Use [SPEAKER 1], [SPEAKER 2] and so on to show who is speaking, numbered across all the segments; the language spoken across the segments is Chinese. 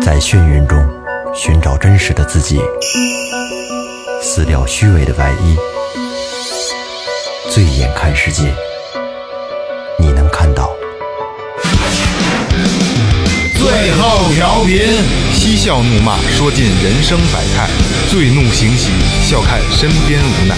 [SPEAKER 1] 在眩晕中寻找真实的自己，撕掉虚伪的外衣，醉眼看世界，你能看到。
[SPEAKER 2] 最后调频，
[SPEAKER 3] 嬉笑怒骂，说尽人生百态；醉怒行喜，笑看身边无奈。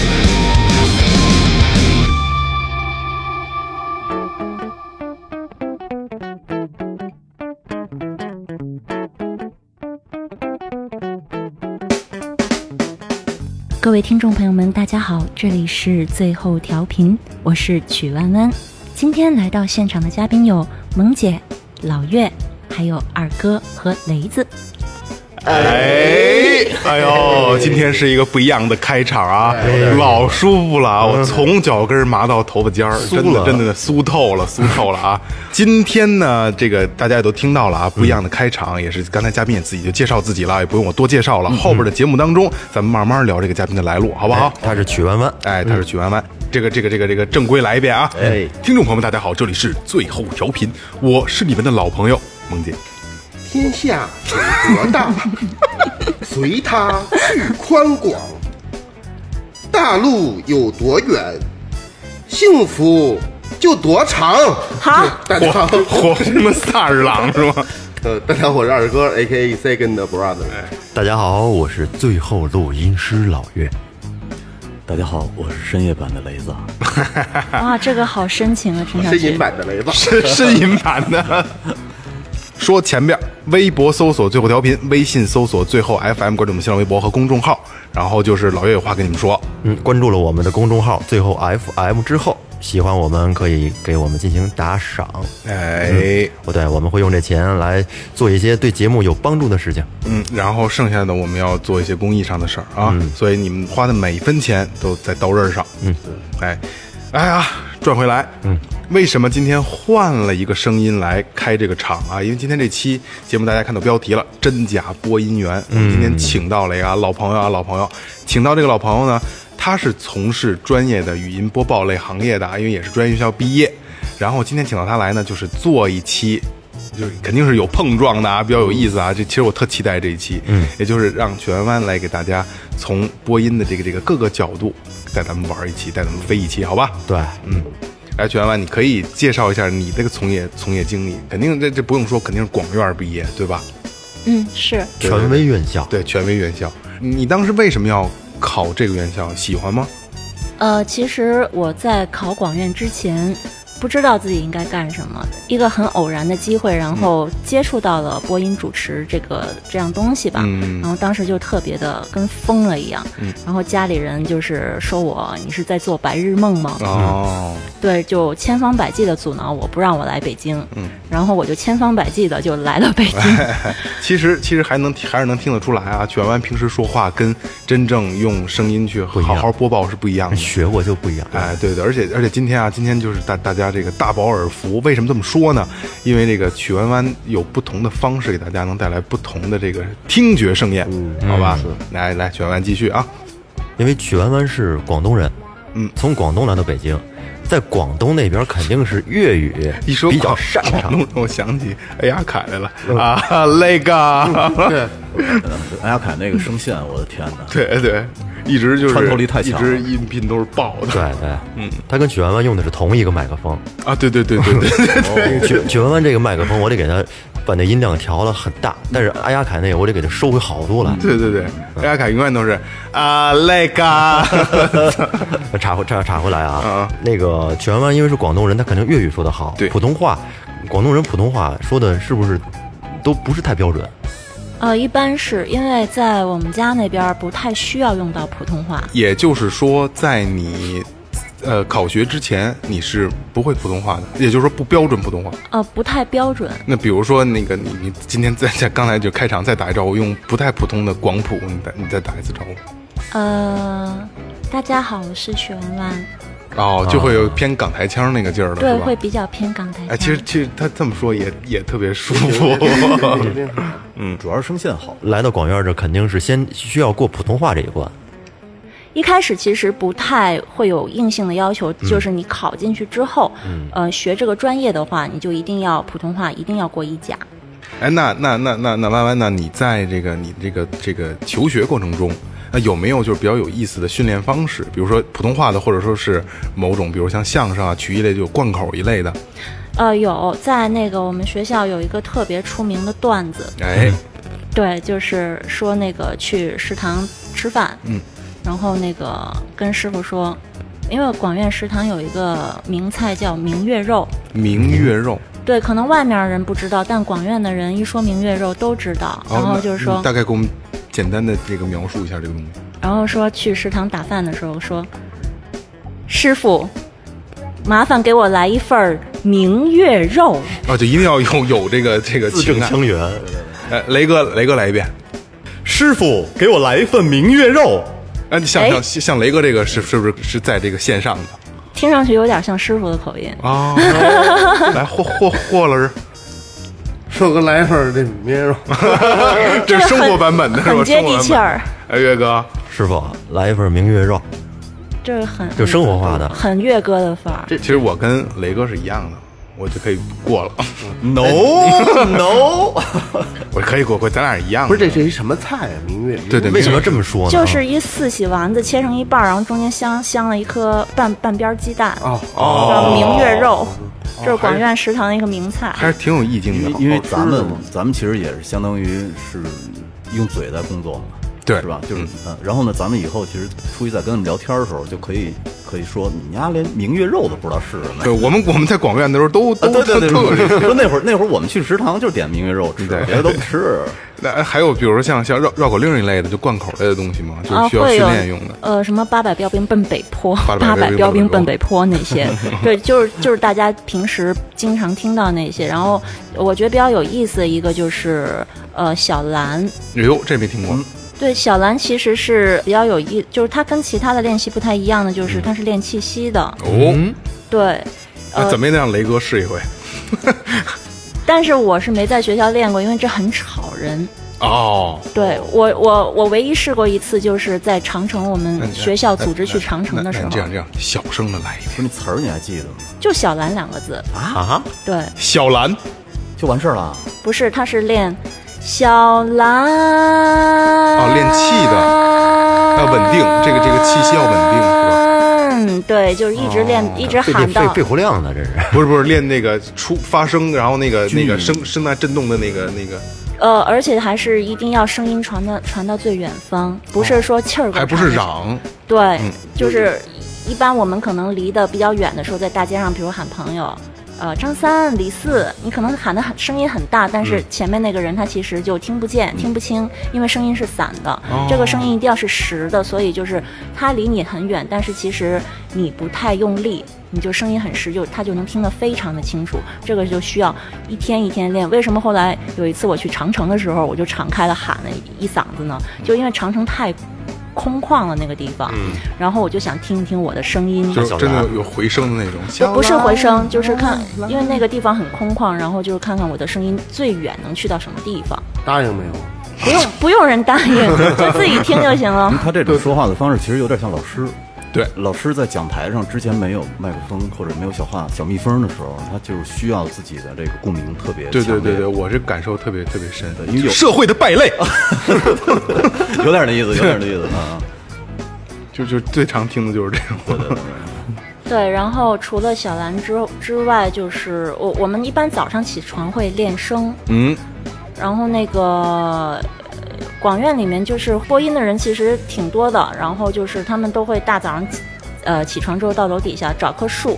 [SPEAKER 4] 各位听众朋友们，大家好，这里是最后调频，我是曲弯弯。今天来到现场的嘉宾有萌姐、老岳，还有二哥和雷子。
[SPEAKER 3] 哎，哎呦，今天是一个不一样的开场啊，老舒服了啊！我从脚跟儿麻到头发尖儿，真的真的酥透了，酥透了啊！今天呢，这个大家也都听到了啊，不一样的开场，也是刚才嘉宾也自己就介绍自己了，也不用我多介绍了。后边的节目当中，咱们慢慢聊这个嘉宾的来路，好不好？
[SPEAKER 1] 他是曲弯弯，
[SPEAKER 3] 哎，他是曲弯弯。这个这个这个这个正规来一遍啊！哎，听众朋友们，大家好，这里是最后调频，我是你们的老朋友萌姐。
[SPEAKER 2] 天下有多大，随它去宽广；大路有多远，幸福就多长。
[SPEAKER 4] 好，
[SPEAKER 2] 大家
[SPEAKER 3] 火
[SPEAKER 2] 好，
[SPEAKER 3] 火什么萨日朗是吗？
[SPEAKER 2] 呃，大家好，我是二哥，A K A Second Brother。
[SPEAKER 1] 大家好，我是最后录音师老岳。
[SPEAKER 5] 大家好，我是深夜版的雷子啊。
[SPEAKER 4] 哇，这个好深情啊，听上
[SPEAKER 2] 呻
[SPEAKER 4] 去
[SPEAKER 2] 吟。版的雷子，
[SPEAKER 3] 呻呻吟版的。说前边，微博搜索最后调频，微信搜索最后 FM，关注我们新浪微博和公众号。然后就是老岳有话跟你们说，
[SPEAKER 1] 嗯，关注了我们的公众号，最后 FM 之后，喜欢我们可以给我们进行打赏。
[SPEAKER 3] 哎，
[SPEAKER 1] 哦，对，我们会用这钱来做一些对节目有帮助的事情。
[SPEAKER 3] 嗯，然后剩下的我们要做一些公益上的事儿啊，所以你们花的每一分钱都在刀刃上，嗯，哎，哎呀，转回来，嗯，为什么今天换了一个声音来开这个场啊？因为今天这期节目大家看到标题了，真假播音员，我们今天请到了一个啊老朋友啊，老朋友，请到这个老朋友呢，他是从事专业的语音播报类行业的啊，因为也是专业学校毕业，然后今天请到他来呢，就是做一期就是肯定是有碰撞的啊，比较有意思啊。这其实我特期待这一期，嗯，也就是让曲弯弯来给大家从播音的这个这个各个角度带咱们玩一期，带咱们飞一期，好吧？
[SPEAKER 1] 对，嗯，
[SPEAKER 3] 来，曲弯弯，你可以介绍一下你这个从业从业经历，肯定这这不用说，肯定是广院毕业，对吧？
[SPEAKER 4] 嗯，是
[SPEAKER 1] 权威院校。
[SPEAKER 3] 对，权威院校。你当时为什么要考这个院校？喜欢吗？
[SPEAKER 4] 呃，其实我在考广院之前，不知道自己应该干什么，一个很偶然的机会，然
[SPEAKER 3] 嗯
[SPEAKER 4] 后接触到了播音主持这个这样东西吧，
[SPEAKER 3] 嗯
[SPEAKER 4] 然后当时就特别的跟疯了一样，
[SPEAKER 3] 嗯
[SPEAKER 4] 然后家里人就是说我你是在做白日梦吗？
[SPEAKER 3] 哦，
[SPEAKER 4] 对，就千方百计的阻挠我不让我来北京，
[SPEAKER 3] 嗯
[SPEAKER 4] 然后我就千方百计的就来了 北京，
[SPEAKER 3] 其实其实还能还是能听得出来啊，曲弯弯平时说话跟真正用声音去
[SPEAKER 1] 一
[SPEAKER 3] 好
[SPEAKER 1] 样
[SPEAKER 3] 好播报是不一样的。
[SPEAKER 1] 学过就不一样。
[SPEAKER 3] 哎，对对，而且而且今天啊，今天就是大大家这个大饱耳福。为什么这么说呢？因为这个曲弯弯有不同的方式给大家能带来不同的这个听觉盛宴，好吧？来来，曲弯弯继续啊，
[SPEAKER 1] 因为曲弯弯是广东人，
[SPEAKER 3] 嗯
[SPEAKER 1] 从广东来到北京，在广东那边肯定是粤语
[SPEAKER 3] 一说
[SPEAKER 1] 比较
[SPEAKER 3] 广
[SPEAKER 1] 擅
[SPEAKER 3] 广
[SPEAKER 1] 长嗯
[SPEAKER 3] 东，让我想起哎呀凯来了啊，那个，
[SPEAKER 5] 安雅凯那个声线，我的天哪！
[SPEAKER 3] 对对，一直就是
[SPEAKER 5] 穿透力太强
[SPEAKER 3] 一直音频都是爆的
[SPEAKER 1] 对对，嗯，他跟曲弯弯用的是同一个麦克风，
[SPEAKER 3] 啊，对对对对对对，
[SPEAKER 1] 曲曲弯弯这个麦克风我得给他把那音量调了很大，但是阿雅凯那个我得给他收回好多来，
[SPEAKER 3] 对对对，哎呀凯永远都是啊，那个，
[SPEAKER 1] 查回查查回来啊
[SPEAKER 3] 啊，
[SPEAKER 1] 那个曲弯弯因为是广东人，他肯定粤语说的好，
[SPEAKER 3] 对
[SPEAKER 1] 普通话，广东人普通话说的是不是都不是太标准？
[SPEAKER 4] 呃，一般是因为在我们家那边儿不太需要用到普通话，
[SPEAKER 3] 也就是说，在你呃考学之前，你是不会普通话的，也就是说不标准普通话。
[SPEAKER 4] 呃，不太标准，
[SPEAKER 3] 那比如说那个你你今天在在刚才就开场再打一招呼，用不太普通的广普，你再你再打一次招呼，
[SPEAKER 4] 呃，大家好，我是许文弯，
[SPEAKER 3] 哦，就会有偏港台腔那个劲儿了，
[SPEAKER 4] 对，
[SPEAKER 3] 是吧
[SPEAKER 4] 会？比较偏港台腔。
[SPEAKER 3] 哎，其实其实他这么说也也特别舒服，
[SPEAKER 5] 嗯，主要是声线好。
[SPEAKER 1] 来到广院这肯定是先需要过普通话这一关，
[SPEAKER 4] 一开始其实不太会有硬性的要求，
[SPEAKER 3] 嗯
[SPEAKER 4] 就是你考进去之后，呃，学这个专业的话，你就一定要普通话，一定要过一甲。
[SPEAKER 3] 哎，那那那那那弯弯呢？你在这个你这个这个求学过程中，那有没有就是比较有意思的训练方式？比如说普通话的，或者说是某种，比如像相声啊、曲艺类，就有贯口一类的。
[SPEAKER 4] 呃，有在那个我们学校有一个特别出名的段子，
[SPEAKER 3] 哎，
[SPEAKER 4] 对，就是说那个去食堂吃饭，
[SPEAKER 3] 嗯，
[SPEAKER 4] 然后那个跟师傅说，因为广院食堂有一个名菜叫明月肉，
[SPEAKER 3] 明月肉，
[SPEAKER 4] 对，可能外面人不知道，但广院的人一说明月肉都知道。然
[SPEAKER 3] 哦
[SPEAKER 4] 后
[SPEAKER 3] 那
[SPEAKER 4] 就是说
[SPEAKER 3] 你，大概给我们简单的这个描述一下这个东西。
[SPEAKER 4] 然后说去食堂打饭的时候说，师傅，麻烦给我来一份儿明月肉。
[SPEAKER 3] 啊，就一定要有有这个这个
[SPEAKER 1] 字
[SPEAKER 3] 情
[SPEAKER 1] 正
[SPEAKER 3] 感。
[SPEAKER 1] 腔圆。
[SPEAKER 3] 哎，雷哥，雷哥来一遍。
[SPEAKER 1] 师傅，给我来一份明月肉。
[SPEAKER 3] 啊，你像
[SPEAKER 4] 哎
[SPEAKER 3] 像像雷哥这个是是不是是在这个线上的
[SPEAKER 4] 听上去有点像师傅的口音。
[SPEAKER 3] 啊？ 来霍霍霍老师，
[SPEAKER 2] 说个来份儿这米面肉，
[SPEAKER 3] 这是生活版本的是吧？
[SPEAKER 4] 很接地气
[SPEAKER 3] 生
[SPEAKER 4] 儿，
[SPEAKER 3] 活版本。哎，岳哥，
[SPEAKER 1] 师傅，来一份明月肉，
[SPEAKER 4] 这是很
[SPEAKER 1] 就生活化的。
[SPEAKER 4] 很岳哥的范儿。
[SPEAKER 3] 其实我跟雷哥是一样的，我就可以过了，
[SPEAKER 1] No
[SPEAKER 5] 哎哦
[SPEAKER 1] No，
[SPEAKER 3] 我可以过过，咱俩是一样的。
[SPEAKER 2] 不是这这是什么菜啊？明月
[SPEAKER 3] 对对，
[SPEAKER 1] 为什么要这么说呢？
[SPEAKER 4] 就是一四喜丸子切成一半儿，然后中间镶镶了一颗半半边儿鸡蛋，
[SPEAKER 2] 哦
[SPEAKER 4] 叫
[SPEAKER 3] 哦，
[SPEAKER 4] 明月肉，这是
[SPEAKER 3] 还
[SPEAKER 4] 广
[SPEAKER 3] 是
[SPEAKER 4] 院食堂的一个名菜。
[SPEAKER 3] 还是挺有意境
[SPEAKER 5] 因为
[SPEAKER 3] 的，哦
[SPEAKER 5] 因为
[SPEAKER 3] 好
[SPEAKER 5] 咱们咱们其实也是相当于是用嘴在工作嘛，
[SPEAKER 3] 对
[SPEAKER 5] 是吧？就是嗯，然后呢，咱们以后其实出去在跟他们聊天的时候，就可以可以说你们家连明月肉都不知道是什么。
[SPEAKER 3] 对我们我们在广院的时候都
[SPEAKER 5] 啊
[SPEAKER 3] 都
[SPEAKER 5] 对对
[SPEAKER 3] 都
[SPEAKER 5] 对，
[SPEAKER 3] 特别
[SPEAKER 5] 说那会儿那会儿我们去食堂就是点明月肉吃，
[SPEAKER 3] 对
[SPEAKER 5] 别的都不吃。
[SPEAKER 3] 那还有比如说像像绕绕口令一类的，就贯口类的东西嘛，就
[SPEAKER 4] 啊，
[SPEAKER 3] 是需要
[SPEAKER 4] 会
[SPEAKER 3] 训
[SPEAKER 4] 有
[SPEAKER 3] 练用的。
[SPEAKER 4] 呃，什么八百标兵奔北坡，
[SPEAKER 3] 800
[SPEAKER 4] 八百
[SPEAKER 3] 标
[SPEAKER 4] 标
[SPEAKER 3] 兵
[SPEAKER 4] 兵
[SPEAKER 3] 奔
[SPEAKER 4] 奔
[SPEAKER 3] 北
[SPEAKER 4] 北坡那 些，对，就是就是大家平时经常听到那些。然后我觉得比较有意思的一个就是呃小兰，
[SPEAKER 3] 哎呦，这没听过，
[SPEAKER 4] 对，小兰其实是比较有意，就是它跟其他的练习不太一样的，就是它是练气息的，
[SPEAKER 3] 嗯哦，
[SPEAKER 4] 对。
[SPEAKER 3] 那
[SPEAKER 4] 呃
[SPEAKER 3] 怎么也得让雷哥试一回
[SPEAKER 4] 但是我是没在学校练过，因为这很吵人。
[SPEAKER 3] 哦。
[SPEAKER 4] 对我，我我唯一试过一次，就是在长城，我们学校组织去长城的时
[SPEAKER 3] 那
[SPEAKER 4] 候
[SPEAKER 3] 你这，样这样，小声的来一遍，
[SPEAKER 5] 不是那词儿你还记得吗？
[SPEAKER 4] 就“小兰”两个字。
[SPEAKER 1] 啊，
[SPEAKER 4] 对，
[SPEAKER 3] 小兰，
[SPEAKER 5] 就完事儿了。
[SPEAKER 4] 不是，他是练小兰。哦
[SPEAKER 3] 练气的要稳定这个这个气息要稳定是吧哦
[SPEAKER 4] 嗯，对，就是一直练，一直
[SPEAKER 1] 肺肺
[SPEAKER 4] 喊
[SPEAKER 1] 肺
[SPEAKER 4] 到
[SPEAKER 1] 肺活量呢，这是。
[SPEAKER 3] 不是不是练那个出发声，然后那个那个
[SPEAKER 5] 均匀
[SPEAKER 3] 声声带震动的那个那个，
[SPEAKER 4] 呃，而且还是一定要声音传到传到最远方，不是说气儿够
[SPEAKER 3] 还不是
[SPEAKER 4] 长
[SPEAKER 3] 嚷，
[SPEAKER 4] 对，就是一般我们可能离得比较远的时候，在大街上，比如喊朋友，呃，张三、李四，你可能喊的很声音很大，但是前面那个人他其实就听不见、听不清，因为声音是散的。这个声音一定要是实的，所以就是他离你很远，但是其实你不太用力。你就声音很实，就他就能听得非常的清楚。这个就需要一天一天练。为什么后来有一次我去长城的时候，我就敞开了喊了一一嗓子呢？就因为长城太空旷了那个地方，然后我就想听一听我的声音，
[SPEAKER 3] 就是
[SPEAKER 1] 小兰
[SPEAKER 3] 真的有回声的那种，
[SPEAKER 4] 不不是回声，就是看，因为那个地方很空旷，然后就是看看我的声音最远能去到什么地方，
[SPEAKER 2] 答应没有？
[SPEAKER 4] 不用不用人答应，就自己听就行了
[SPEAKER 5] 因为。他这种说话的方式其实有点像老师。
[SPEAKER 3] 对
[SPEAKER 5] 老师在讲台上之前没有麦克风或者没有小话小蜜蜂的时候，他就是需要自己的这个共鸣特别
[SPEAKER 3] 对
[SPEAKER 5] 强
[SPEAKER 3] 对
[SPEAKER 5] 烈
[SPEAKER 3] 对对，我这感受特别特别深
[SPEAKER 5] 对因为，有
[SPEAKER 3] 社会的败类，
[SPEAKER 5] 有点那意思，有点那意思 啊。
[SPEAKER 3] 就就最常听的就是这种，
[SPEAKER 4] 对，然后除了小兰之之外，就是我我们一般早上起床会练声，
[SPEAKER 3] 嗯，
[SPEAKER 4] 然后那个呃广院里面就是播音的人其实挺多的，然后就是他们都会大早上起，呃，起床之后到楼底下找棵树，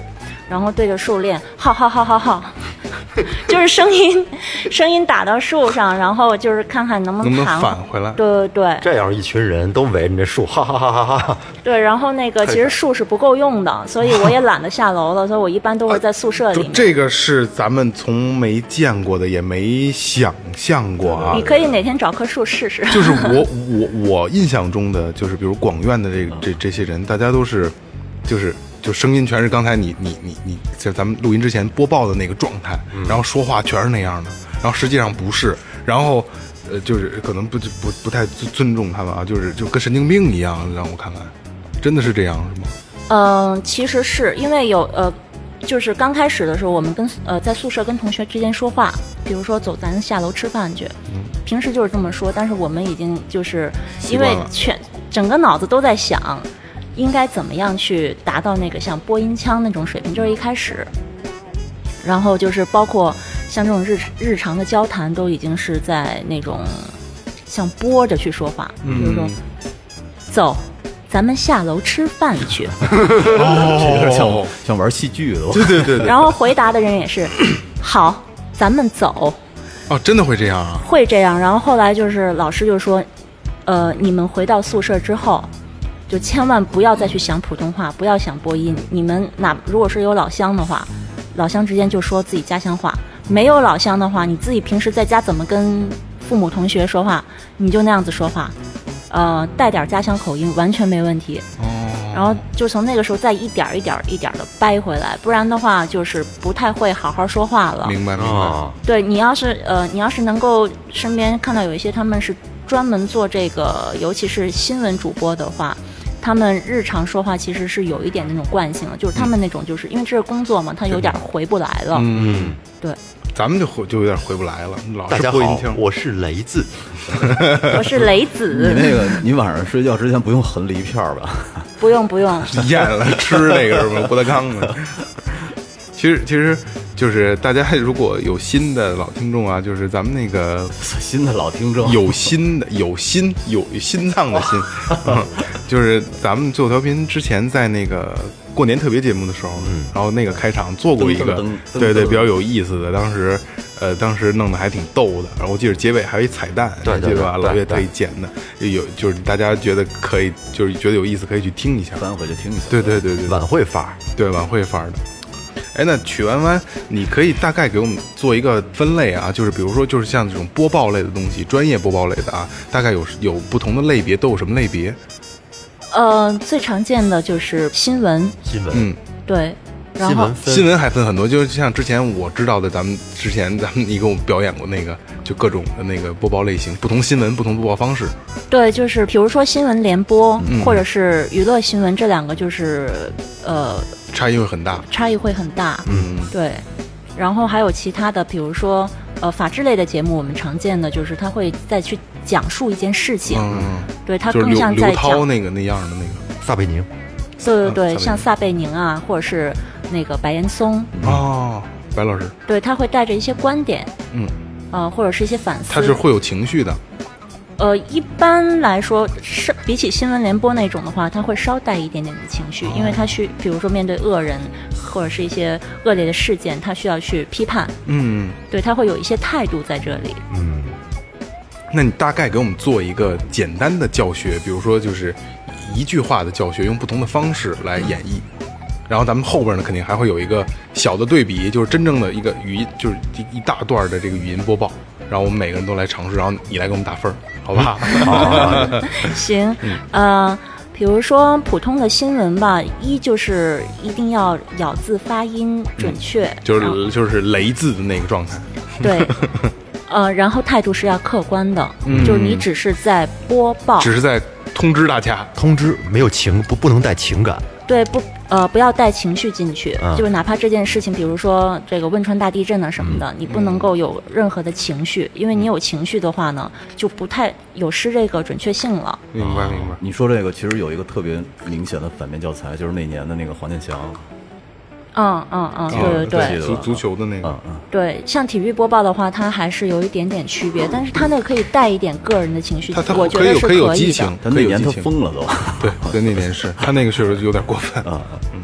[SPEAKER 4] 然后对着树练，好好好好好， 就是声音 声音打到树上，然后就是看看能不
[SPEAKER 3] 能不能
[SPEAKER 4] 弹
[SPEAKER 3] 返回来？
[SPEAKER 4] 对对对
[SPEAKER 1] 这要是一群人都围着这树，哈哈哈哈哈哈！
[SPEAKER 4] 对，然后那个其实树是不够用的，所以我也懒得下楼了，所以我一般都会在宿舍
[SPEAKER 3] 啊就
[SPEAKER 4] 里面。
[SPEAKER 3] 这个是咱们从没见过的，也没想象过啊
[SPEAKER 4] 你。可以哪天找棵树 试试。
[SPEAKER 3] 就是我我我印象中的，就是比如广院的这个这这些人，大家都是，就是就声音全是刚才你你你你，就是咱们录音之前播报的那个状态，
[SPEAKER 1] 嗯
[SPEAKER 3] 然后说话全是那样的，然后实际上不是，然后呃，就是可能不不不太尊尊重他们啊，就是就跟神经病一样，让我看看，真的是这样是吗？
[SPEAKER 4] 嗯，其实是因为有呃，就是刚开始的时候，我们跟呃在宿舍跟同学之间说话，比如说走，咱下楼吃饭去。
[SPEAKER 3] 嗯
[SPEAKER 4] 平时就是这么说，但是我们已经就是因
[SPEAKER 3] 习惯
[SPEAKER 4] 为
[SPEAKER 3] 了
[SPEAKER 4] 全整个脑子都在想，应该怎么样去达到那个像播音腔那种水平，就是一开始。然后就是包括像这种日日常的交谈，都已经是在那种像播着去说话，
[SPEAKER 3] 嗯
[SPEAKER 4] 比如说走，咱们下楼吃饭去。
[SPEAKER 5] 这有点
[SPEAKER 3] 哦
[SPEAKER 5] 像像玩戏剧的，我
[SPEAKER 3] 对对对对，
[SPEAKER 4] 然后回答的人也是，好，咱们走，
[SPEAKER 3] 哦，真的会这样啊？
[SPEAKER 4] 会这样。然后后来就是老师就说，呃，你们回到宿舍之后，就千万不要再去想普通话，不要想播音。你们哪如果是有老乡的话，老乡之间就说自己家乡话；没有老乡的话，你自己平时在家怎么跟父母同学说话，你就那样子说话，呃，带点家乡口音完全没问题。
[SPEAKER 3] 哦
[SPEAKER 4] 然后就从那个时候再一点儿一点儿一点的掰回来，不然的话就是不太会好好说话
[SPEAKER 1] 哦
[SPEAKER 4] 了。
[SPEAKER 3] 明白明白，
[SPEAKER 1] 啊，
[SPEAKER 4] 对你要是呃，你要是能够身边看到有一些他们是专门做这个，尤其是新闻主播的话，他们日常说话其实是有一点那种惯性的，就是他们那种就是因为这是工作嘛，他有点回不来了。
[SPEAKER 1] 嗯，
[SPEAKER 3] 咱们就回就有点回不来了，老
[SPEAKER 1] 大
[SPEAKER 3] 是
[SPEAKER 1] 家
[SPEAKER 3] 播音
[SPEAKER 1] 好
[SPEAKER 3] 腔，。
[SPEAKER 1] 我是雷子，
[SPEAKER 4] 我是雷
[SPEAKER 5] 你
[SPEAKER 4] 子，
[SPEAKER 5] 那个，你晚上睡觉之前不用横了一片儿吧？
[SPEAKER 4] 不用不用，
[SPEAKER 3] 咽了吃那个什么郭德纲的。其实其实就是大家如果有新的老听众啊，就是咱们那个
[SPEAKER 5] 新的老听众
[SPEAKER 3] 有 心的有心有心脏的心，嗯就是咱们最后调频之前在那个过年特别节目的时候，
[SPEAKER 1] 嗯
[SPEAKER 3] 然后那个开场做过一个
[SPEAKER 5] 噔噔噔，噔
[SPEAKER 3] 对对，
[SPEAKER 5] 噔
[SPEAKER 3] 比较有意思的，当时呃当时弄得还挺逗的，然后我记得结尾还有一彩蛋，
[SPEAKER 1] 对
[SPEAKER 3] 还
[SPEAKER 1] 对
[SPEAKER 3] 记得吧？
[SPEAKER 1] 对
[SPEAKER 3] 老岳
[SPEAKER 1] 对
[SPEAKER 3] 特意剪的，有就是大家觉得可以，就是觉得有意思可以去听一下，
[SPEAKER 5] 咱回去听一下。
[SPEAKER 3] 对对对对，
[SPEAKER 1] 晚会范儿，
[SPEAKER 3] 对晚会范儿的。哎，那曲弯弯，你可以大概给我们做一个分类啊，就是比如说，就是像这种播报类的东西，专业播报类的啊，大概有有不同的类别，都有什么类别？
[SPEAKER 4] 呃，最常见的就是新闻，
[SPEAKER 1] 新闻，
[SPEAKER 3] 嗯，
[SPEAKER 4] 对，然
[SPEAKER 1] 新
[SPEAKER 4] 后
[SPEAKER 1] 闻分
[SPEAKER 3] 新闻还分很多，就是像之前我知道的，咱们之前咱们你给我们表演过那个，就各种的那个播报类型，不同新闻，不同播报方式。
[SPEAKER 4] 对，就是比如说新闻联播、
[SPEAKER 3] 嗯
[SPEAKER 4] 或者是娱乐新闻，这两个就是呃
[SPEAKER 3] 差异会很大，
[SPEAKER 4] 差异会很大。
[SPEAKER 3] 嗯，
[SPEAKER 4] 对，然后还有其他的，比如说呃法制类的节目，我们常见的就是他会再去讲述一件事情，
[SPEAKER 3] 嗯，
[SPEAKER 4] 对他
[SPEAKER 3] 就是
[SPEAKER 4] 更
[SPEAKER 3] 刘
[SPEAKER 4] 像
[SPEAKER 3] 刘
[SPEAKER 4] 在
[SPEAKER 3] 涛
[SPEAKER 4] 讲，
[SPEAKER 3] 那个那样的那个，
[SPEAKER 1] 撒贝宁，
[SPEAKER 4] 对对对，
[SPEAKER 3] 嗯
[SPEAKER 4] 像撒贝宁啊，或者是那个白岩松，
[SPEAKER 3] 哦，白老师，
[SPEAKER 4] 对他会带着一些观点，
[SPEAKER 3] 嗯，
[SPEAKER 4] 呃或者是一些反思，
[SPEAKER 3] 他是会有情绪的，
[SPEAKER 4] 呃一般来说是比起新闻联播那种的话，他会稍带一点点的情绪，
[SPEAKER 3] 哦
[SPEAKER 4] 因为他去比如说面对恶人或者是一些恶劣的事件，他需要去批判，
[SPEAKER 3] 嗯。
[SPEAKER 4] 对他会有一些态度在这里。
[SPEAKER 1] 嗯，
[SPEAKER 3] 那你大概给我们做一个简单的教学，比如说就是一句话的教学，用不同的方式来演绎。然后咱们后边呢，肯定还会有一个小的对比，就是真正的一个语音，就是一一大段的这个语音播报。然后我们每个人都来尝试，然后你来给我们打分儿，好吧？嗯
[SPEAKER 4] 行，呃，比如说普通的新闻吧，一就是一定要咬字发音准确，
[SPEAKER 3] 嗯就
[SPEAKER 4] 然后
[SPEAKER 3] 是就是雷字的那个状态。
[SPEAKER 4] 对，呃，然后态度是要客观的，就是你只是在播报，
[SPEAKER 3] 嗯只是在通知大家，
[SPEAKER 1] 通知没有情，不不能带情感，
[SPEAKER 4] 对不呃不要带情绪进去，
[SPEAKER 1] 嗯
[SPEAKER 4] 就是哪怕这件事情，比如说这个汶川大地震啊什么
[SPEAKER 3] 嗯
[SPEAKER 4] 的，你不能够有任何的情绪，因为你有情绪的话呢，就不太有失这个准确性了。
[SPEAKER 3] 明白明白。
[SPEAKER 5] 你说这个其实有一个特别明显的反面教材，就是那年的那个黄健翔，
[SPEAKER 4] 嗯嗯
[SPEAKER 3] 哦
[SPEAKER 4] 嗯，对对对，
[SPEAKER 5] 记得
[SPEAKER 3] 足
[SPEAKER 5] 了
[SPEAKER 3] 足球的那个
[SPEAKER 5] 嗯，嗯，
[SPEAKER 4] 对，像体育播报的话，它还是有一点点区别，但是它那个可以带一点个人的情绪
[SPEAKER 3] 他，他
[SPEAKER 4] 我觉
[SPEAKER 3] 可以
[SPEAKER 4] 得
[SPEAKER 3] 有
[SPEAKER 4] 是
[SPEAKER 3] 可以有
[SPEAKER 4] 以
[SPEAKER 3] 激
[SPEAKER 4] 的。
[SPEAKER 3] 情，
[SPEAKER 5] 他
[SPEAKER 3] 可
[SPEAKER 5] 那
[SPEAKER 3] 以有
[SPEAKER 5] 年
[SPEAKER 3] 激
[SPEAKER 5] 他
[SPEAKER 3] 情。
[SPEAKER 5] 疯了都，
[SPEAKER 3] 对对，那年是他那个确实有点过分。
[SPEAKER 5] 嗯，嗯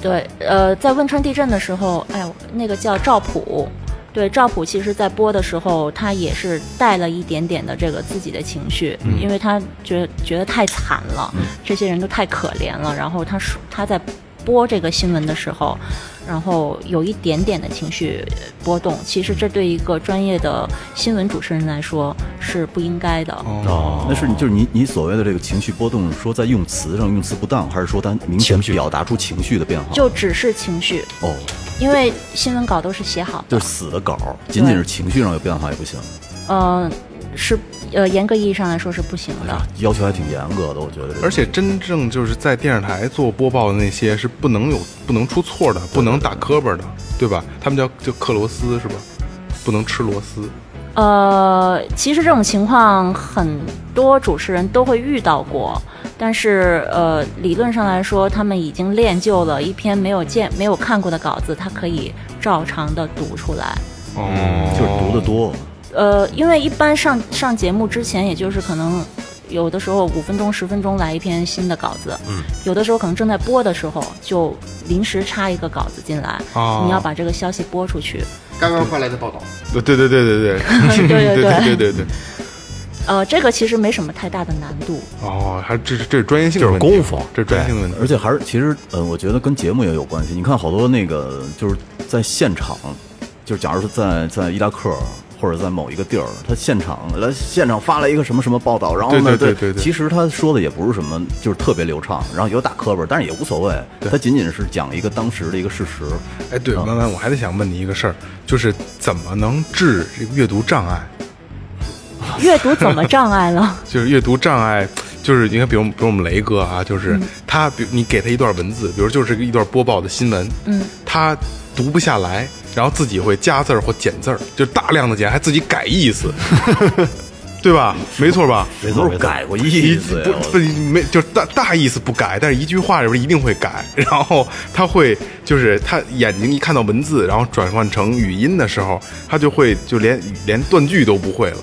[SPEAKER 4] 对，呃，在汶川地震的时候，哎呦，那个叫赵普，对，赵普其实在播的时候，他也是带了一点点的这个自己的情绪，因为他觉得觉得太惨了，这些人都太可怜了，然后他说他在。播这个新闻的时候，然后有一点点的情绪波动，其实这对一个专业的新闻主持人来说是不应该的。
[SPEAKER 3] 哦
[SPEAKER 5] 那是你就是你你所谓的这个情绪波动，说在用词上用词不当，还是说他明显
[SPEAKER 1] 情绪
[SPEAKER 5] 表达出情绪的变化？
[SPEAKER 4] 就只是情绪，
[SPEAKER 5] 哦，
[SPEAKER 4] 因为新闻稿都是写好的
[SPEAKER 5] 就是，死的稿，仅仅是情绪上有变化也不行，
[SPEAKER 4] 嗯、是呃，严格意义上来说是不行
[SPEAKER 5] 哎
[SPEAKER 4] 的
[SPEAKER 3] 啊
[SPEAKER 5] 呀。，要求还挺严格的，我觉得这个。
[SPEAKER 3] 而且真正就是在电视台做播报的那些是不能有不能出错的，不能打磕巴的，对吧？他们叫叫克罗斯是吧？不能吃螺丝。
[SPEAKER 4] 呃，其实这种情况很多主持人都会遇到过，但是呃，理论上来说，他们已经练就了一篇没有见、没有看过的稿子，他可以照常的读出来。
[SPEAKER 3] 哦
[SPEAKER 5] 就是读的多，
[SPEAKER 4] 呃，因为一般上上节目之前，也就是可能有的时候五分钟、十分钟来一篇新的稿子，嗯，有的时候可能正在播的时候就临时插一个稿子进来，
[SPEAKER 3] 哦
[SPEAKER 4] 你要把这个消息播出去。
[SPEAKER 2] 刚刚发来的报道，
[SPEAKER 3] 对对对对对对
[SPEAKER 4] 对对
[SPEAKER 3] 对对对对。
[SPEAKER 4] 呃，这个其实没什么太大的难度，
[SPEAKER 3] 哦，还这是这是专业性
[SPEAKER 1] 这
[SPEAKER 3] 的
[SPEAKER 1] 是
[SPEAKER 3] 问题，啊
[SPEAKER 1] 功夫
[SPEAKER 3] 这是专业性的问题。
[SPEAKER 5] 而且还是其实，呃，我觉得跟节目也有关系。你看好多那个就是在现场，就是假如说在在伊拉克或者在某一个地儿，他现场来现场发了一个什么什么报道，然后
[SPEAKER 3] 对
[SPEAKER 5] 呢，
[SPEAKER 3] 对对对对
[SPEAKER 5] 其实他说的也不是什么，就是特别流畅，然后有打磕巴，但是也无所谓，他仅仅是讲一个当时的一个事实。
[SPEAKER 3] 哎，对，
[SPEAKER 5] 嗯
[SPEAKER 3] 弯弯，我还得想问你一个事儿，就是怎么能治这个阅读障碍？
[SPEAKER 4] 阅读怎么障碍了？
[SPEAKER 3] 就是阅读障碍，就是你看，比如比如我们雷哥啊，
[SPEAKER 4] 嗯
[SPEAKER 3] 就是他，比如你给他一段文字，比如就是一段播报的新闻，
[SPEAKER 4] 嗯，
[SPEAKER 3] 他读不下来，然后自己会加字儿或减字儿，就大量的减，还自己改意 思，对吧？没错吧？
[SPEAKER 5] 这都是改过意思呀
[SPEAKER 3] 不，不没就是大大意思不改，但是一句话里边一定会改。 然后他会就是他眼睛一看到文字，然后转换成语音的时候，他就会就连连断句都不会了。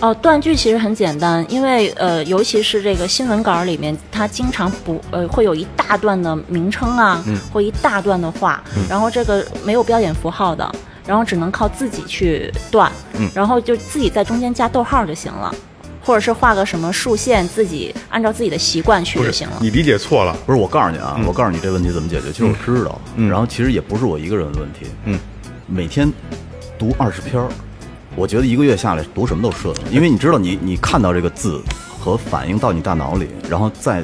[SPEAKER 4] 哦，断句其实很简单，因为呃，尤其是这个新闻稿里面，它经常不呃会有一大段的名称啊，或一大段的话，然后这个没有标点符号的，然后只能靠自己去断，然后就自己在中间加逗号就行了，或者是画个什么竖线，自己按照自己的习惯去
[SPEAKER 3] 不
[SPEAKER 4] 就是行了。
[SPEAKER 3] 你理解错了，
[SPEAKER 5] 不是，我告诉你啊，我告诉你这问题怎么解决。其实我知道，
[SPEAKER 3] 嗯
[SPEAKER 5] 然后其实也不是我一个人的问题。
[SPEAKER 3] 嗯，
[SPEAKER 5] 每天读二十篇儿，我觉得一个月下来读什么都顺了，因为你知道你，你看到这个字和反应到你大脑里，然后再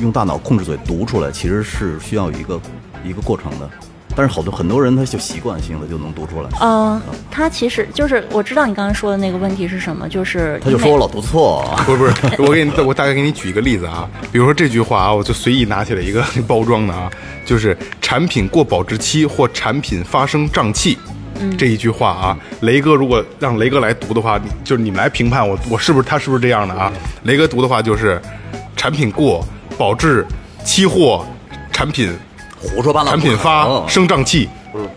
[SPEAKER 5] 用大脑控制嘴读出来，其实是需要有一个一个过程的。但是好多很多人他就习惯性的就能读出来，
[SPEAKER 4] 嗯、它其实就是我知道你刚才说的那个问题是什么，就是
[SPEAKER 5] 他就
[SPEAKER 4] 每
[SPEAKER 5] 说我老读错。
[SPEAKER 3] 不是不是，我给你我大概给你举一个例子啊，比如说这句话啊，我就随意拿起来一个包装的啊，就是产品过保质期或产品发生胀气。
[SPEAKER 4] 嗯
[SPEAKER 3] 这一句话啊，雷哥如果让雷哥来读的话，你就是你们来评判我，我是不是他是不是这样的啊？雷哥读的话就是，产品过保质期或产品
[SPEAKER 5] 胡说八道，
[SPEAKER 3] 产品发
[SPEAKER 5] 嗯
[SPEAKER 3] 生胀气，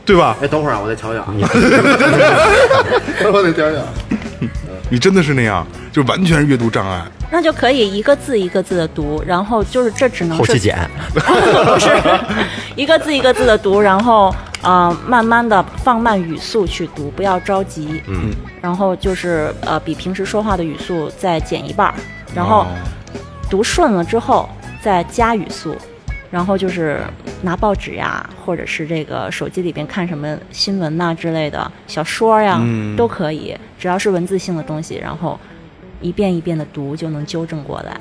[SPEAKER 3] 对吧？
[SPEAKER 2] 哎，等会儿啊，我再瞧瞧啊，等会儿我再瞧啊瞧。
[SPEAKER 3] 你真的是那样，就完全是阅读障碍。
[SPEAKER 4] 那就可以一个字一个字的读，然后就是这只能
[SPEAKER 1] 后
[SPEAKER 4] 嗯是
[SPEAKER 1] 期剪，
[SPEAKER 4] 不是一个字一个字的读，然后呃慢慢的放慢语速去读，不要着急。嗯，然后就是呃比平时说话的语速再减一半儿，然
[SPEAKER 3] 哦
[SPEAKER 1] 哦
[SPEAKER 4] 后读顺了之后再加语速。然后就是拿报纸呀，或者是这个手机里边看什么新闻呐、之类的小说呀，
[SPEAKER 1] 嗯
[SPEAKER 4] 都可以，只要是文字性的东西，然后一遍一遍的读就能纠正过来。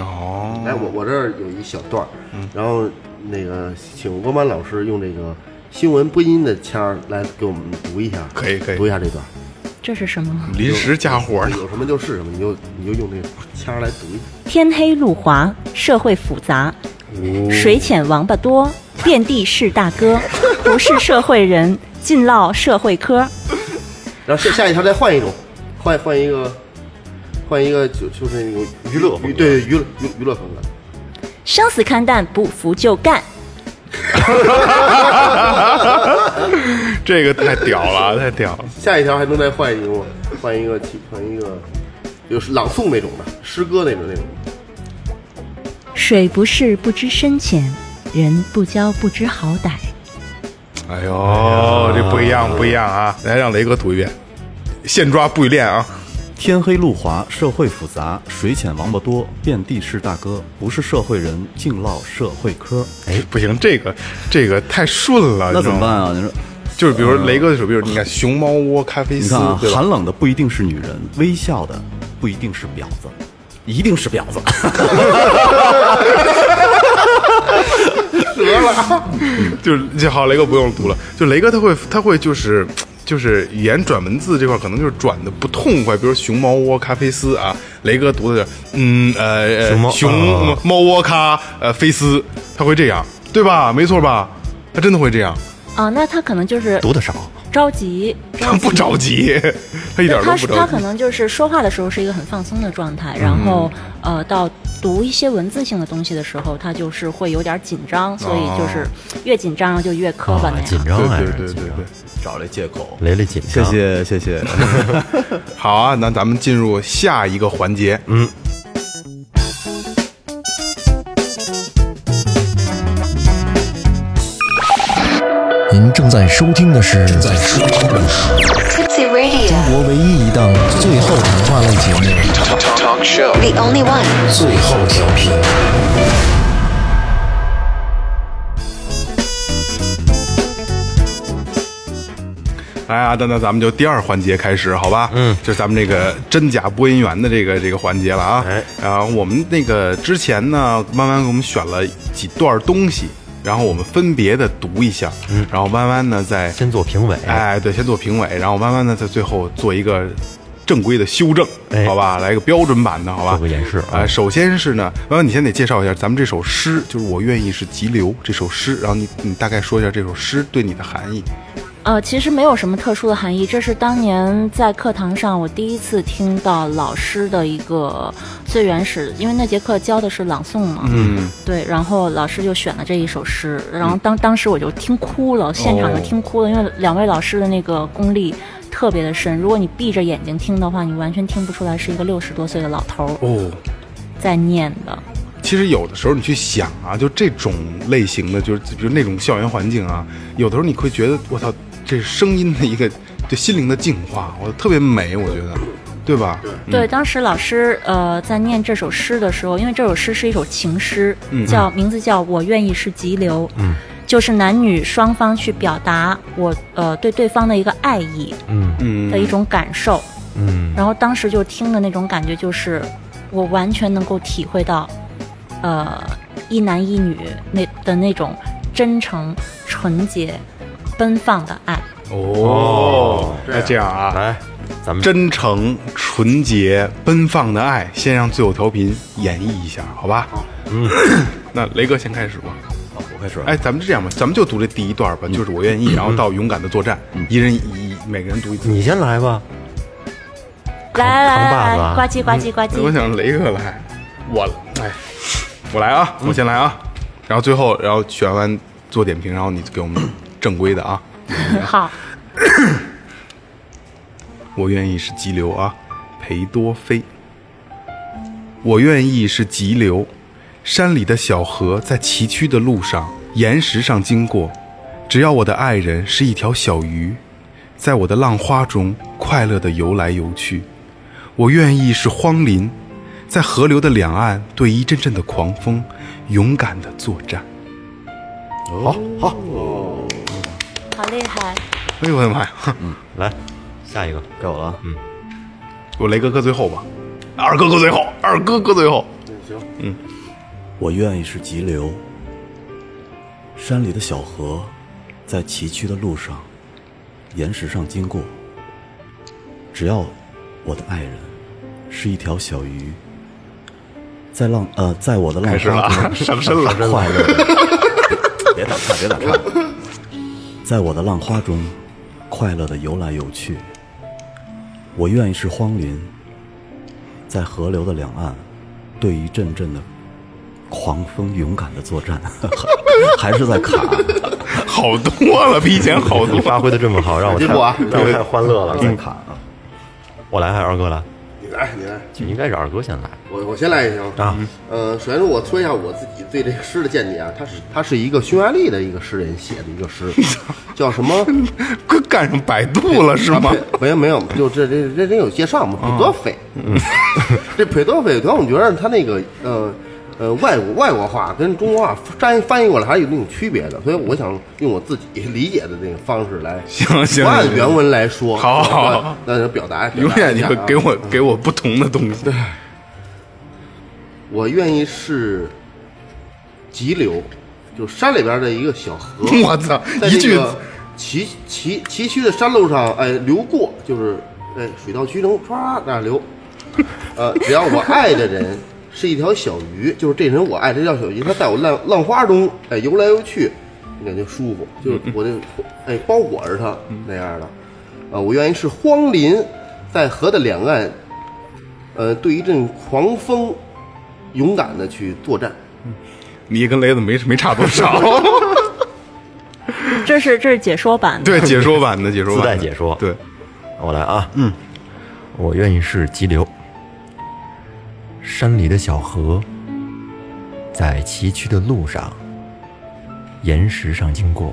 [SPEAKER 3] 哦，
[SPEAKER 2] 哎，我我这儿有一小段儿，然后那个请郭曼老师用这个新闻播音的腔儿来给我们读一下，
[SPEAKER 3] 可以可以
[SPEAKER 2] 读一下这段儿，
[SPEAKER 4] 这是什么？
[SPEAKER 3] 临时加活呢。
[SPEAKER 2] 有什么就是什么，你就你就用这个腔儿来读一下。
[SPEAKER 4] 天黑路滑，社会复杂，
[SPEAKER 3] 哦
[SPEAKER 4] 水浅王八多，遍地是大哥， 不是社会人，尽落社会科。
[SPEAKER 2] 然后下下一条再换一种，换换一个，换一个就就是那种娱
[SPEAKER 1] 乐风格
[SPEAKER 2] 对娱乐娱娱乐风格。
[SPEAKER 4] 生死看淡，不服就干。
[SPEAKER 3] 这个太屌了，太屌了！
[SPEAKER 2] 下一条还能再换一个吗？换一个起，换一个，就是朗诵那种的，诗歌那种那种。
[SPEAKER 4] 水不是不知深浅，人不交不知好歹。
[SPEAKER 3] 哎呦，这不一样，不一样啊！来，让雷哥读一遍，现抓不许练啊！
[SPEAKER 5] 天黑路滑，社会复杂，水浅王八多，遍地是大哥，不是社会人，净落社会科。
[SPEAKER 3] 哎，不行，这个这个太顺了，
[SPEAKER 5] 那
[SPEAKER 3] 你知
[SPEAKER 5] 怎
[SPEAKER 3] 道
[SPEAKER 5] 么
[SPEAKER 3] 吗
[SPEAKER 5] 办？啊？你说，
[SPEAKER 3] 就是比如雷哥的手，比如你看熊猫窝咖啡
[SPEAKER 5] 你
[SPEAKER 3] 丝
[SPEAKER 5] 看啊，，
[SPEAKER 3] 对吧？
[SPEAKER 5] 寒冷的不一定是女人，微笑的不一定是婊子，一定是婊子。
[SPEAKER 3] 就是就好，雷哥不用读了。就雷哥他会他会就是就是语言转文字这块可能就是转的不痛快，比如熊猫窝咖啡丝啊，雷哥读的是嗯呃呃
[SPEAKER 1] 熊猫
[SPEAKER 3] 熊
[SPEAKER 1] 啊
[SPEAKER 3] 猫窝咖呃菲丝，他会这样，对吧？没错吧？他真的会这样。
[SPEAKER 4] 啊、那他可能就是
[SPEAKER 1] 读的少，
[SPEAKER 4] 着急，
[SPEAKER 3] 他不着急，他一点都
[SPEAKER 4] 他
[SPEAKER 3] 不
[SPEAKER 4] 是他
[SPEAKER 3] 着
[SPEAKER 4] 可
[SPEAKER 3] 急。嗯
[SPEAKER 4] 能就是说话的时候是一个很放松的状态，然后呃到读一些文字性的东西的时候，他就是会有点紧张，所以
[SPEAKER 3] 哦
[SPEAKER 4] 就是越紧张就越磕巴
[SPEAKER 1] 啊
[SPEAKER 4] 那，
[SPEAKER 1] 紧
[SPEAKER 4] 样。
[SPEAKER 1] 张还
[SPEAKER 3] 对
[SPEAKER 1] 是
[SPEAKER 3] 对对
[SPEAKER 1] 紧
[SPEAKER 3] 对
[SPEAKER 1] 张
[SPEAKER 3] 对，
[SPEAKER 5] 找了借口。
[SPEAKER 1] 雷雷紧
[SPEAKER 5] 谢
[SPEAKER 1] 张，
[SPEAKER 5] 谢谢谢，
[SPEAKER 3] 好啊，那咱们进入下一个环节。嗯，
[SPEAKER 6] 您正在收听的是正在收听的是
[SPEAKER 7] Tipsy Radio,
[SPEAKER 6] 中国唯一一档最后谈话类节目
[SPEAKER 7] the only one.
[SPEAKER 6] 《最后调频》。
[SPEAKER 3] 来啊，那那咱们就第二环节开始，好吧？嗯，这是咱们这个真假播音员的这个这个环节了啊。
[SPEAKER 1] 哎
[SPEAKER 3] 然后我们那个之前呢，弯弯给我们选了几段东西，然后我们分别的读一下，嗯，然后弯弯呢在
[SPEAKER 1] 先做评委，
[SPEAKER 3] 哎，对，先做评委，然后慢慢的在最后做一个正规的修正，
[SPEAKER 1] 哎
[SPEAKER 3] 好吧，来个标准版的，好吧，
[SPEAKER 1] 做个演示哦
[SPEAKER 3] 啊、首先是呢，弯弯，你先得介绍一下咱们这首诗，就是我愿意是急流这首诗，然后你你大概说一下这首诗对你的含义。
[SPEAKER 4] 呃，其实没有什么特殊的含义，这是当年在课堂上我第一次听到老师的一个最原始，因为那节课教的是朗诵嘛，嗯，对，然后老师就选了这一首诗，然后当当时我就听哭了，现场就听哭了，因为两位老师的那个功力。特别的深，如果你闭着眼睛听的话，你完全听不出来是一个六十多岁的老头儿
[SPEAKER 3] 哦，
[SPEAKER 4] 在念的。
[SPEAKER 3] 其实有的时候你去想啊，就这种类型的，就是比如那种校园环境啊，有的时候你会觉得我操，这是声音的一个对心灵的净化，我特别美，我觉得，对吧？对。
[SPEAKER 4] 对，当时老师呃在念这首诗的时候，因为这首诗是一首情诗，
[SPEAKER 1] 嗯
[SPEAKER 4] 叫名字叫《我愿意是急流》，嗯，就是男女双方去表达我呃对对方的一个爱意，嗯的一种感受，嗯，然后当时就听的那种感觉就是，我完全能够体会到，呃，一男一女那的那种真诚、纯洁、奔放的爱，
[SPEAKER 3] 哦，那这样啊，
[SPEAKER 1] 来，咱们
[SPEAKER 3] 真诚、纯洁、奔放的爱，先让最后调频演绎一下，好吧？嗯， 那雷哥先开始吧。
[SPEAKER 5] 我开始啊嗯了。
[SPEAKER 3] 哎，咱们这样吧，咱们就读这第一段吧，就是我愿意，然后到勇敢的作战，
[SPEAKER 5] 嗯
[SPEAKER 3] 一人一，每个人读一次。
[SPEAKER 1] 你先来吧，扛把
[SPEAKER 4] 来来来
[SPEAKER 1] 子啊
[SPEAKER 4] 来，呱唧呱唧呱唧
[SPEAKER 3] 我，想雷哥来，我哎，我来啊，
[SPEAKER 5] 嗯
[SPEAKER 3] 我先来啊，然后最后，然后选完做点评，然后你给我们正规的啊。
[SPEAKER 4] 好。
[SPEAKER 3] 我愿意是急流啊，裴多菲。我愿意是急流，山里的小河在崎岖的路上、岩石上经过。只要我的爱人是一条小鱼，在我的浪花中快乐地游来游去。我愿意是荒林，在河流的两岸对一阵阵的狂风勇敢地作战。
[SPEAKER 4] 好厉害！
[SPEAKER 3] 哎呦我的妈呀！
[SPEAKER 1] 来下一个，
[SPEAKER 5] 该我了啊，
[SPEAKER 3] 我雷哥搁最后吧，二哥搁最后，二哥搁最后。
[SPEAKER 5] 我愿意是急流，山里的小河，在崎岖的路上，岩石上经过。只要我的爱人是一条小鱼，在浪呃，在我的浪花 中
[SPEAKER 3] 上身了，
[SPEAKER 5] 快乐地， 别打岔，别打岔，在我的浪花中快乐的游来游去。我愿意是荒林，在河流的两岸，对一阵阵的狂风勇敢的作战， 还是在卡。
[SPEAKER 4] 嗯
[SPEAKER 3] 好多了，比以前好多
[SPEAKER 1] 你。发挥的这么好，让我太
[SPEAKER 2] 进步啊
[SPEAKER 1] 让我太欢乐了。
[SPEAKER 5] 在卡啊！
[SPEAKER 1] 我来还是二哥来？
[SPEAKER 2] 你来，你来，
[SPEAKER 1] 就应该是二哥先来
[SPEAKER 2] 我我先来也行。
[SPEAKER 1] 啊。
[SPEAKER 2] 呃，首先我说一下我自己对这个诗的见解啊，它是它是一个匈牙利的一个诗人写的一 个诗，叫什么？
[SPEAKER 3] 跟赶上百度了是
[SPEAKER 1] 啊
[SPEAKER 3] 吗？
[SPEAKER 2] 没有没有，就这这认真有介绍嘛，
[SPEAKER 3] 啊
[SPEAKER 2] 裴多菲。
[SPEAKER 3] 嗯
[SPEAKER 2] 这裴多菲，主要我觉得他那个呃呃外国外国话跟中国话翻翻译过来还有那种区别的，所以我想用我自己理解的那个方式来，
[SPEAKER 3] 行行
[SPEAKER 2] 不按原文来说，
[SPEAKER 3] 好好好
[SPEAKER 2] 那那就表达，表达一
[SPEAKER 3] 永
[SPEAKER 2] 下
[SPEAKER 3] 远你会
[SPEAKER 2] 啊
[SPEAKER 3] 给我给我不同的东西。对，。
[SPEAKER 2] 我愿意是急流，就山里边的一个小河
[SPEAKER 3] 我操，
[SPEAKER 2] 在
[SPEAKER 3] 一
[SPEAKER 2] 这
[SPEAKER 3] 句
[SPEAKER 2] 个崎崎崎岖的山路上，哎，流过就是哎水到渠成，唰那流。呃，只要我爱的人是一条小鱼，就是这人我爱这条小鱼，它在我浪浪花中哎游来游去，感觉舒服，
[SPEAKER 3] 嗯
[SPEAKER 2] 就是我那哎包裹着它那样的，啊，我愿意是荒林，在河的两岸，呃，对一阵狂风，勇敢的去作战。
[SPEAKER 3] 你跟雷子没没差 多少。
[SPEAKER 4] 这是这是解说版的，
[SPEAKER 3] 对，解说版的解说版的
[SPEAKER 1] 自带解说
[SPEAKER 3] 对，
[SPEAKER 1] 我来啊，嗯，我愿意是急流，山里的小河，在崎岖的路上，岩石上经过。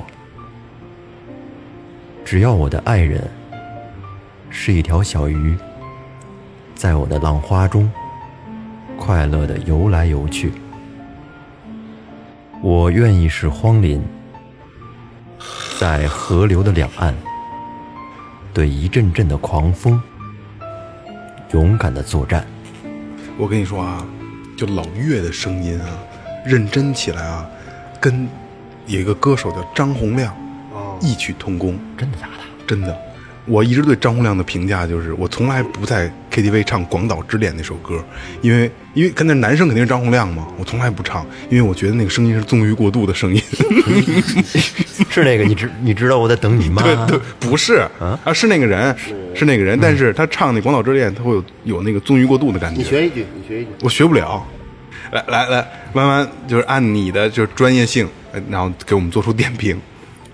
[SPEAKER 1] 只要我的爱人是一条小鱼，在我的浪花中快乐的游来游去，我愿意是荒林，在河流的两岸。对一阵阵的狂风，勇敢的作战。
[SPEAKER 3] 我跟你说啊，就老岳的声音啊，认真起来啊，跟有一个歌手叫张洪亮，异曲同工。
[SPEAKER 1] 哦真的假的？
[SPEAKER 3] 真的，我一直对张洪亮的评价就是，我从来不在 KTV 唱《广岛之恋》那首歌，因为因为跟那男生肯定是张洪亮嘛，我从来不唱，因为我觉得那个声音是纵欲过度的 声音。
[SPEAKER 1] 是那个你知你知道我在等 你吗？
[SPEAKER 3] 对对， 不是啊，是那个人，是那个人，但是他唱那《广岛之恋》，他会有有那个纵欲过度的感觉。
[SPEAKER 2] 你学一句，你学一句，
[SPEAKER 3] 我学不了。来来来，弯弯就是按你的就是专业性，呃然后给我们做出点评。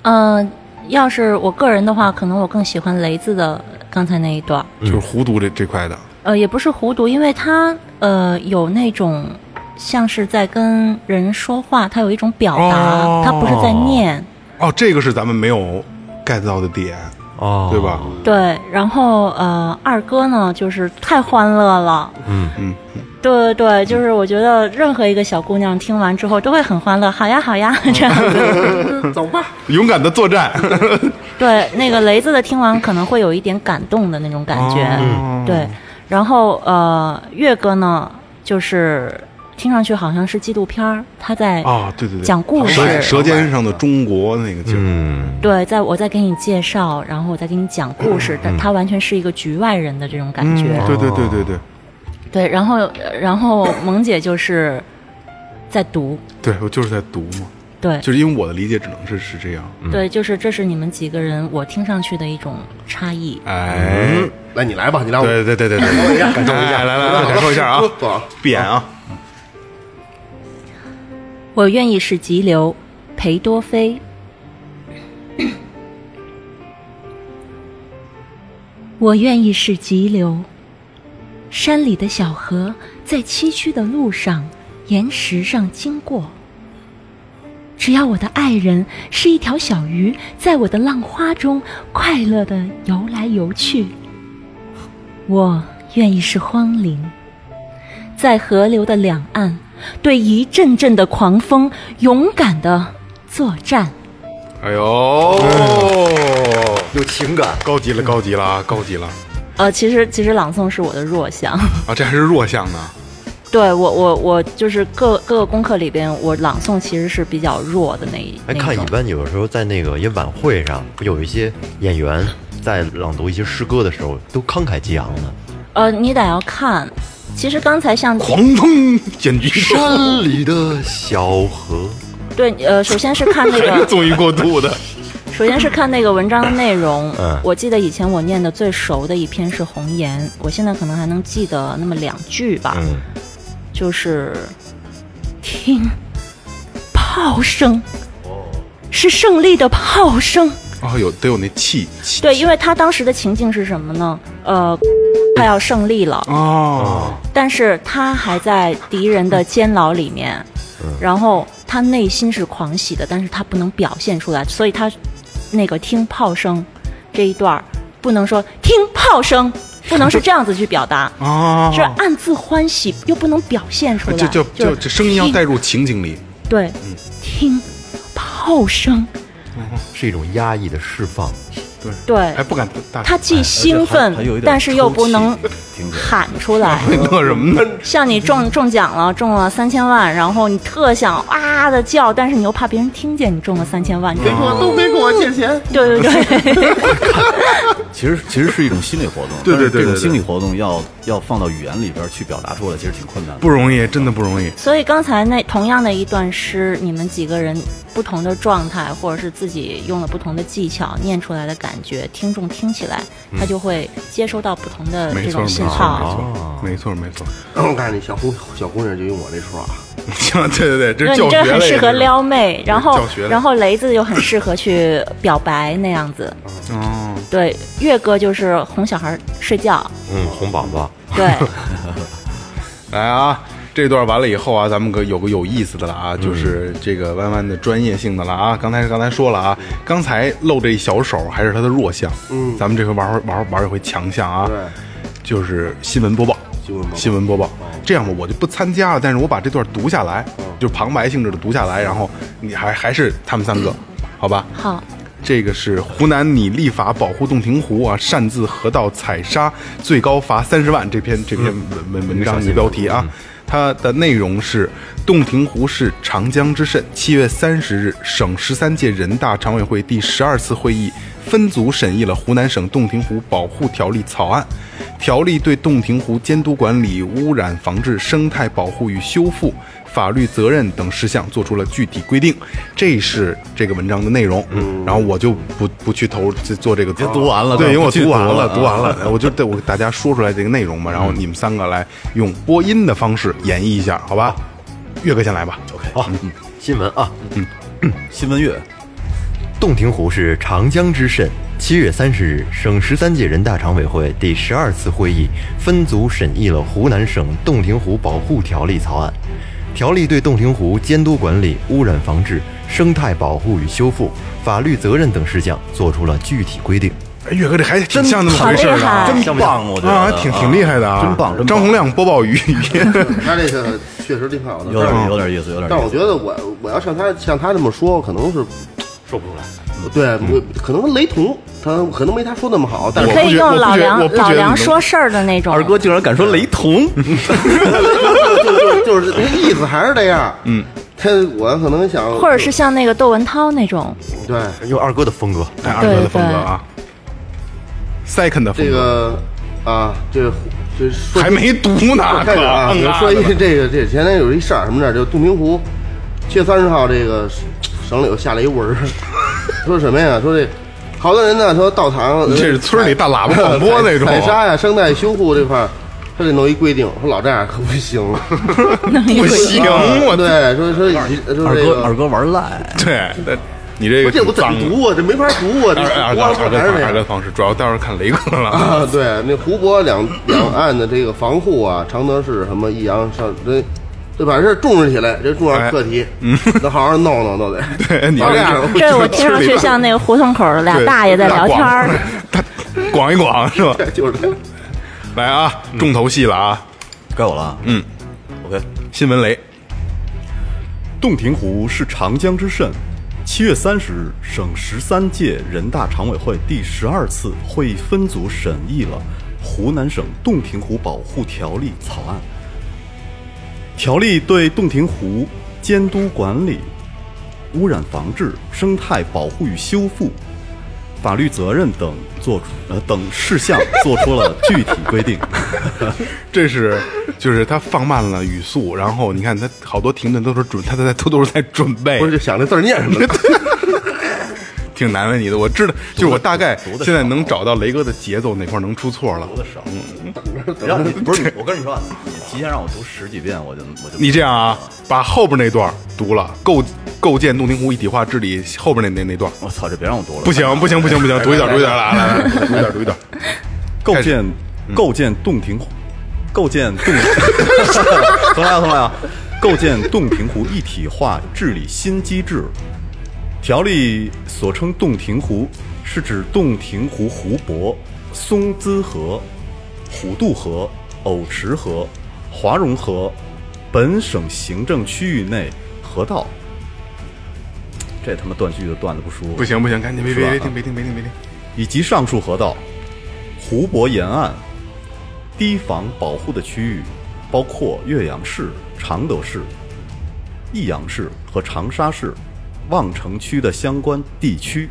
[SPEAKER 4] 嗯、要是我个人的话，可能我更喜欢雷子的刚才那一段儿，
[SPEAKER 3] 就是糊涂这这块的，
[SPEAKER 4] 呃，也不是糊涂，因为他呃有那种像是在跟人说话，他有一种表
[SPEAKER 3] 哦
[SPEAKER 4] 达，他不是在念，
[SPEAKER 3] 哦，这个是咱们没有 get 到的点，
[SPEAKER 1] 哦，
[SPEAKER 3] 对吧？？
[SPEAKER 4] 对，然后呃，二哥呢，就是太欢乐了，
[SPEAKER 1] 嗯
[SPEAKER 3] 嗯，
[SPEAKER 4] 对对对，就是我觉得任何一个小姑娘听完之后都会很欢乐，好呀好呀这样子。
[SPEAKER 2] 走吧。
[SPEAKER 3] 勇敢的作战，
[SPEAKER 4] 对，那个雷子的听完可能会有一点感动的那种感觉，
[SPEAKER 3] 哦
[SPEAKER 4] 对。然后呃，岳哥呢，就是听上去好像是纪录片儿，他在
[SPEAKER 3] 啊，对对对，
[SPEAKER 4] 讲故事，
[SPEAKER 3] 舌舌尖上的中国那个劲儿，
[SPEAKER 1] 嗯，
[SPEAKER 4] 对，在我在给你介绍，然后我再给你讲故
[SPEAKER 3] 嗯
[SPEAKER 4] 事，但他完全是一个局外人的这种感觉。
[SPEAKER 3] 对对对对对
[SPEAKER 4] 对，然后呃然后萌姐就是在读，
[SPEAKER 3] 对，我就是在读嘛，
[SPEAKER 4] 对，
[SPEAKER 3] 就是嗯因为我的理解只能是是这样，
[SPEAKER 4] 对，就是这是你们几个人我听上去的一种差异。
[SPEAKER 3] 哎，
[SPEAKER 2] 来，你来吧，你来，我
[SPEAKER 3] 对对对对对，
[SPEAKER 2] 感受一下，感受一
[SPEAKER 3] 哎
[SPEAKER 2] 下，
[SPEAKER 3] 来来来，感受一下 啊
[SPEAKER 2] 说走啊，
[SPEAKER 3] 闭眼啊，
[SPEAKER 4] 我愿意是急流，裴多菲。 我愿意是急流，山里的小河在崎岖的路上、岩石上经过。只要我的爱人是一条小鱼，在我的浪花中快乐的游来游去，我愿意是荒林，在河流的两岸，对一阵阵的狂风勇敢的作战。
[SPEAKER 3] 哎呦，嗯
[SPEAKER 1] 有情感，
[SPEAKER 3] 高级了，高级了啊，高级了
[SPEAKER 4] 呃，其实其实朗诵是我的弱项，
[SPEAKER 3] 啊，这还是弱项呢，
[SPEAKER 4] 对我我我就是各各个功课里边，我朗诵其实是比较弱的那一
[SPEAKER 1] 哎，
[SPEAKER 4] 那
[SPEAKER 1] 看
[SPEAKER 4] 种
[SPEAKER 1] 一。般有时候在那个一些晚会上，不有一些演员在朗读一些诗歌的时候，都慷慨激昂的。
[SPEAKER 4] 呃，你得要看。其实刚才像
[SPEAKER 3] 狂风卷局山。
[SPEAKER 1] 山里的小河，
[SPEAKER 4] 对呃，首先是看那
[SPEAKER 3] 还是
[SPEAKER 4] 个，
[SPEAKER 3] 纵欲过度的。
[SPEAKER 4] 首先是看那个文章的内容。
[SPEAKER 1] 嗯
[SPEAKER 4] 我记得以前我念的最熟的一篇是《红岩》，我现在可能还能记得那么两句吧。
[SPEAKER 1] 嗯，
[SPEAKER 4] 就是听炮声，
[SPEAKER 1] 哦
[SPEAKER 4] 是胜利的炮声。
[SPEAKER 3] 哦，有得有那气气
[SPEAKER 4] 对，因为他当时的情境是什么呢？呃，他要胜利了，
[SPEAKER 3] 哦，。
[SPEAKER 4] 但是他还在敌人的监牢里面，然后他内心是狂喜的，但是他不能表现出来，所以他那个听炮声这一段儿不能说听炮声，不能是这样子去表达
[SPEAKER 3] 哦，
[SPEAKER 4] 是暗自欢喜，又不能表现出来，
[SPEAKER 3] 就就
[SPEAKER 4] 就是
[SPEAKER 3] 就这声音要带入嗯情景里，
[SPEAKER 4] 对，听炮声，
[SPEAKER 1] 是一种压抑的释放。
[SPEAKER 4] 对
[SPEAKER 3] 哎还，不敢大
[SPEAKER 4] 他既兴奋
[SPEAKER 5] 还还有一，点
[SPEAKER 4] 但是又不能
[SPEAKER 5] 抽泣听起来
[SPEAKER 4] 喊 出来。
[SPEAKER 3] 乐什么呢？
[SPEAKER 4] 像你中中奖了，中了三千万，然后你特想啊的叫，但是你又怕别人听见你中了三千万，你就
[SPEAKER 2] 我都没跟我借钱，
[SPEAKER 4] 对对对，
[SPEAKER 5] 其实其实是一种心理活动，
[SPEAKER 3] 对对对
[SPEAKER 5] 但是这
[SPEAKER 3] 对对
[SPEAKER 5] 种心理活动要要放到语言里边去表达出来，其实挺困难的。
[SPEAKER 3] 不容易，真的不容易。
[SPEAKER 4] 所以刚才那同样的一段诗，你们几个人不同的状态，或者是自己用了不同的技巧念出来的感觉，听众听起来他就会接收到不同的
[SPEAKER 3] 没
[SPEAKER 4] 这
[SPEAKER 3] 错，嗯没错，
[SPEAKER 4] 种信
[SPEAKER 3] 没
[SPEAKER 4] 号。
[SPEAKER 3] 错，没错，没错。
[SPEAKER 2] 哦我感觉小姑小姑娘就用我这出啊，
[SPEAKER 3] 行，对对对，这
[SPEAKER 4] 对
[SPEAKER 3] 是
[SPEAKER 4] 你
[SPEAKER 3] 教
[SPEAKER 4] 这
[SPEAKER 3] 学类
[SPEAKER 4] 很适合
[SPEAKER 3] 的
[SPEAKER 4] 撩妹，然后
[SPEAKER 3] 教学类
[SPEAKER 4] 然后雷子又很适合去表白那样子。
[SPEAKER 3] 哦，
[SPEAKER 4] 对，月哥就是哄小孩睡觉。
[SPEAKER 1] 嗯，红宝宝，
[SPEAKER 4] 对，
[SPEAKER 3] 来啊，这段完了以后啊，咱们可有个有意思的了
[SPEAKER 2] 嗯
[SPEAKER 3] 啊，就是这个弯弯的专业性的了啊。刚才刚才说了啊，刚才露这一小手还是他的弱项，
[SPEAKER 2] 嗯
[SPEAKER 3] 咱们这回玩会玩玩一回强项啊，
[SPEAKER 2] 对，
[SPEAKER 3] 就是新闻播报。
[SPEAKER 2] 新闻播报哦
[SPEAKER 3] 新闻播报，这样吧，我就不参加了，但是我把这段读下来，就旁白性质的读下来，然后你还还是他们三个，
[SPEAKER 2] 嗯
[SPEAKER 3] 好吧？
[SPEAKER 4] 好，
[SPEAKER 3] 这个是湖南拟立法保护洞庭湖啊，擅自河道采砂，最高罚三十万。这篇这篇文文文章的标题啊，它的内容是：洞庭湖是长江之肾。七月三十日，省十三届人大常委会第十二次会议分组审议了《湖南省洞庭湖保护条例》草案。条例对洞庭湖监督管理、污染防治、生态保护与修复、法律责任等事项做出了具体规定。这是这个文章的内容。嗯，然后我就不不去投做这个，
[SPEAKER 5] 经读完了
[SPEAKER 3] 对，因为我
[SPEAKER 5] 不去
[SPEAKER 3] 读完
[SPEAKER 5] 读
[SPEAKER 3] 了，
[SPEAKER 5] 了
[SPEAKER 3] 读完了，我就对我给大家说出来这个内容嘛，然后你们三个来用播音的方式演绎一下，好吧？岳哥先来吧。
[SPEAKER 1] 好，新闻啊，
[SPEAKER 5] 新闻乐，
[SPEAKER 1] 洞庭湖是长江之肾。七月三十日，省十三届人大常委会第十二次会议分组审议了《湖南省洞庭湖保护条例》草案。条例对洞庭湖监督管理、污染防治、生态保护与修复、法律责任等事项作出那么具体规定。
[SPEAKER 3] 哎岳哥这还挺像那么回事儿的啊，
[SPEAKER 4] 真
[SPEAKER 5] 真棒，我觉得
[SPEAKER 3] 啊，挺挺厉害的啊，
[SPEAKER 5] 真棒，真棒
[SPEAKER 3] 张洪亮播报 语音。
[SPEAKER 2] 他这个确实挺好的，
[SPEAKER 5] 有
[SPEAKER 2] 但
[SPEAKER 5] 点
[SPEAKER 2] 是
[SPEAKER 5] 有点意思，有点意思。
[SPEAKER 2] 但我觉得我我要像他像他这么说，可能是
[SPEAKER 1] 说不出来，
[SPEAKER 2] 对我可能雷同，他可能没他说那么好，但
[SPEAKER 4] 你
[SPEAKER 2] 是
[SPEAKER 3] 我
[SPEAKER 4] 可
[SPEAKER 3] 不
[SPEAKER 4] 以
[SPEAKER 3] 觉
[SPEAKER 4] 用
[SPEAKER 3] 我不
[SPEAKER 4] 老
[SPEAKER 3] 觉
[SPEAKER 4] 梁
[SPEAKER 3] 我不觉得
[SPEAKER 4] 老梁
[SPEAKER 3] 你能
[SPEAKER 4] 说事儿的那种。
[SPEAKER 5] 二哥竟然敢说雷同，
[SPEAKER 2] 就就就是那意思还是这样。嗯，他我可能想，
[SPEAKER 4] 或者是像那个窦文涛那 种，
[SPEAKER 2] 对
[SPEAKER 1] 用二哥的风格。
[SPEAKER 3] 哎，二哥的风格啊，second 的风
[SPEAKER 2] 这
[SPEAKER 3] 格
[SPEAKER 2] 个啊，这这说
[SPEAKER 3] 还没读呢，
[SPEAKER 2] 开始啊，
[SPEAKER 3] 可
[SPEAKER 2] 我
[SPEAKER 3] 啊
[SPEAKER 2] 说一
[SPEAKER 3] 对吧
[SPEAKER 2] 这个这前天有一事儿什么事儿，就洞庭湖七月三十号这个省里又下了一文儿， 说什么呀？说这好多人呢说到堂，
[SPEAKER 3] 这是村里大喇叭广播那种 啊
[SPEAKER 2] 采砂呀、生态修护这块儿，他得弄一规定，说老这样可不行。
[SPEAKER 3] 不行，我
[SPEAKER 2] 啊对，说说说
[SPEAKER 5] 二
[SPEAKER 2] 这
[SPEAKER 5] 哥二
[SPEAKER 2] 个。
[SPEAKER 5] 哥玩赖，
[SPEAKER 3] 对，那你这个
[SPEAKER 2] 我这我
[SPEAKER 3] 挺
[SPEAKER 2] 怎
[SPEAKER 3] 脏
[SPEAKER 2] 么
[SPEAKER 3] 的。
[SPEAKER 2] 读啊？这没法读啊！这
[SPEAKER 3] 二二
[SPEAKER 2] 湖
[SPEAKER 3] 哥
[SPEAKER 2] 泊
[SPEAKER 3] 二哥
[SPEAKER 2] 还是那
[SPEAKER 3] 二
[SPEAKER 2] 样
[SPEAKER 3] 哥的方式，主要待会儿看雷哥了。
[SPEAKER 2] 啊，对，那湖泊两两岸的这个防护啊，常德市什么益阳上这。这把事重视起来，这重要课题，嗯，得好好弄弄，都得。
[SPEAKER 3] 对你这样
[SPEAKER 2] 啊
[SPEAKER 3] 我
[SPEAKER 4] 这
[SPEAKER 3] 觉
[SPEAKER 4] 我听
[SPEAKER 3] 得村里
[SPEAKER 4] 上去
[SPEAKER 3] 边
[SPEAKER 4] 像那个胡同口儿 俩
[SPEAKER 3] 对
[SPEAKER 4] 大爷在聊天儿。
[SPEAKER 3] 大广，大广一广是 吧？
[SPEAKER 2] 对，就是这样
[SPEAKER 3] 来啊，重头戏了啊，
[SPEAKER 5] 该我了啊。
[SPEAKER 3] 嗯
[SPEAKER 5] ，OK。
[SPEAKER 3] 新闻雷，
[SPEAKER 5] 洞庭湖是长江之肾。七月三十日，省十三届人大常委会第十二次会议分组审议了《湖南省洞庭湖保护条例》草案。条例对洞庭湖监督管理、污染防治、生态保护与修复、法律责任等做出呃等事项做出了具体规 定。
[SPEAKER 3] 这是就是他放慢了语速，然后你看他好多停顿都是准，他在都都是在准备
[SPEAKER 2] 不，是就想这字儿念什么的，
[SPEAKER 3] 挺难为你的。我知道，就是我大概
[SPEAKER 5] 读得
[SPEAKER 3] 现在
[SPEAKER 5] 少
[SPEAKER 3] 能找到雷哥的节奏哪块能出错了。
[SPEAKER 5] 让你不是我跟你说，啊你提前让我读十几遍，我就我就
[SPEAKER 3] 你这样啊，把后边那段读了，构构建洞庭湖一体化治理后边那那那段，
[SPEAKER 5] 我操，这别让我读了，
[SPEAKER 3] 不行不行不行不行，读一点读一点，来来来，
[SPEAKER 2] 读一点 读一点。
[SPEAKER 5] 构建构建洞庭湖，构建洞， 重来啊重来啊！构建洞庭湖一体化治理新机制。条例所称洞庭湖，是指洞庭湖湖泊、松滋河、虎渡河、瓯池河、华容河本省行政区域内河道。这他妈断句就断的不舒服。
[SPEAKER 3] 不行不行，赶紧别别别
[SPEAKER 5] 是吧
[SPEAKER 3] 停别停别停别停，
[SPEAKER 5] 以及上述河道、湖泊沿岸、堤防保护的区域，包括岳阳市、常德市、益阳市和长沙市望城区的相关地区。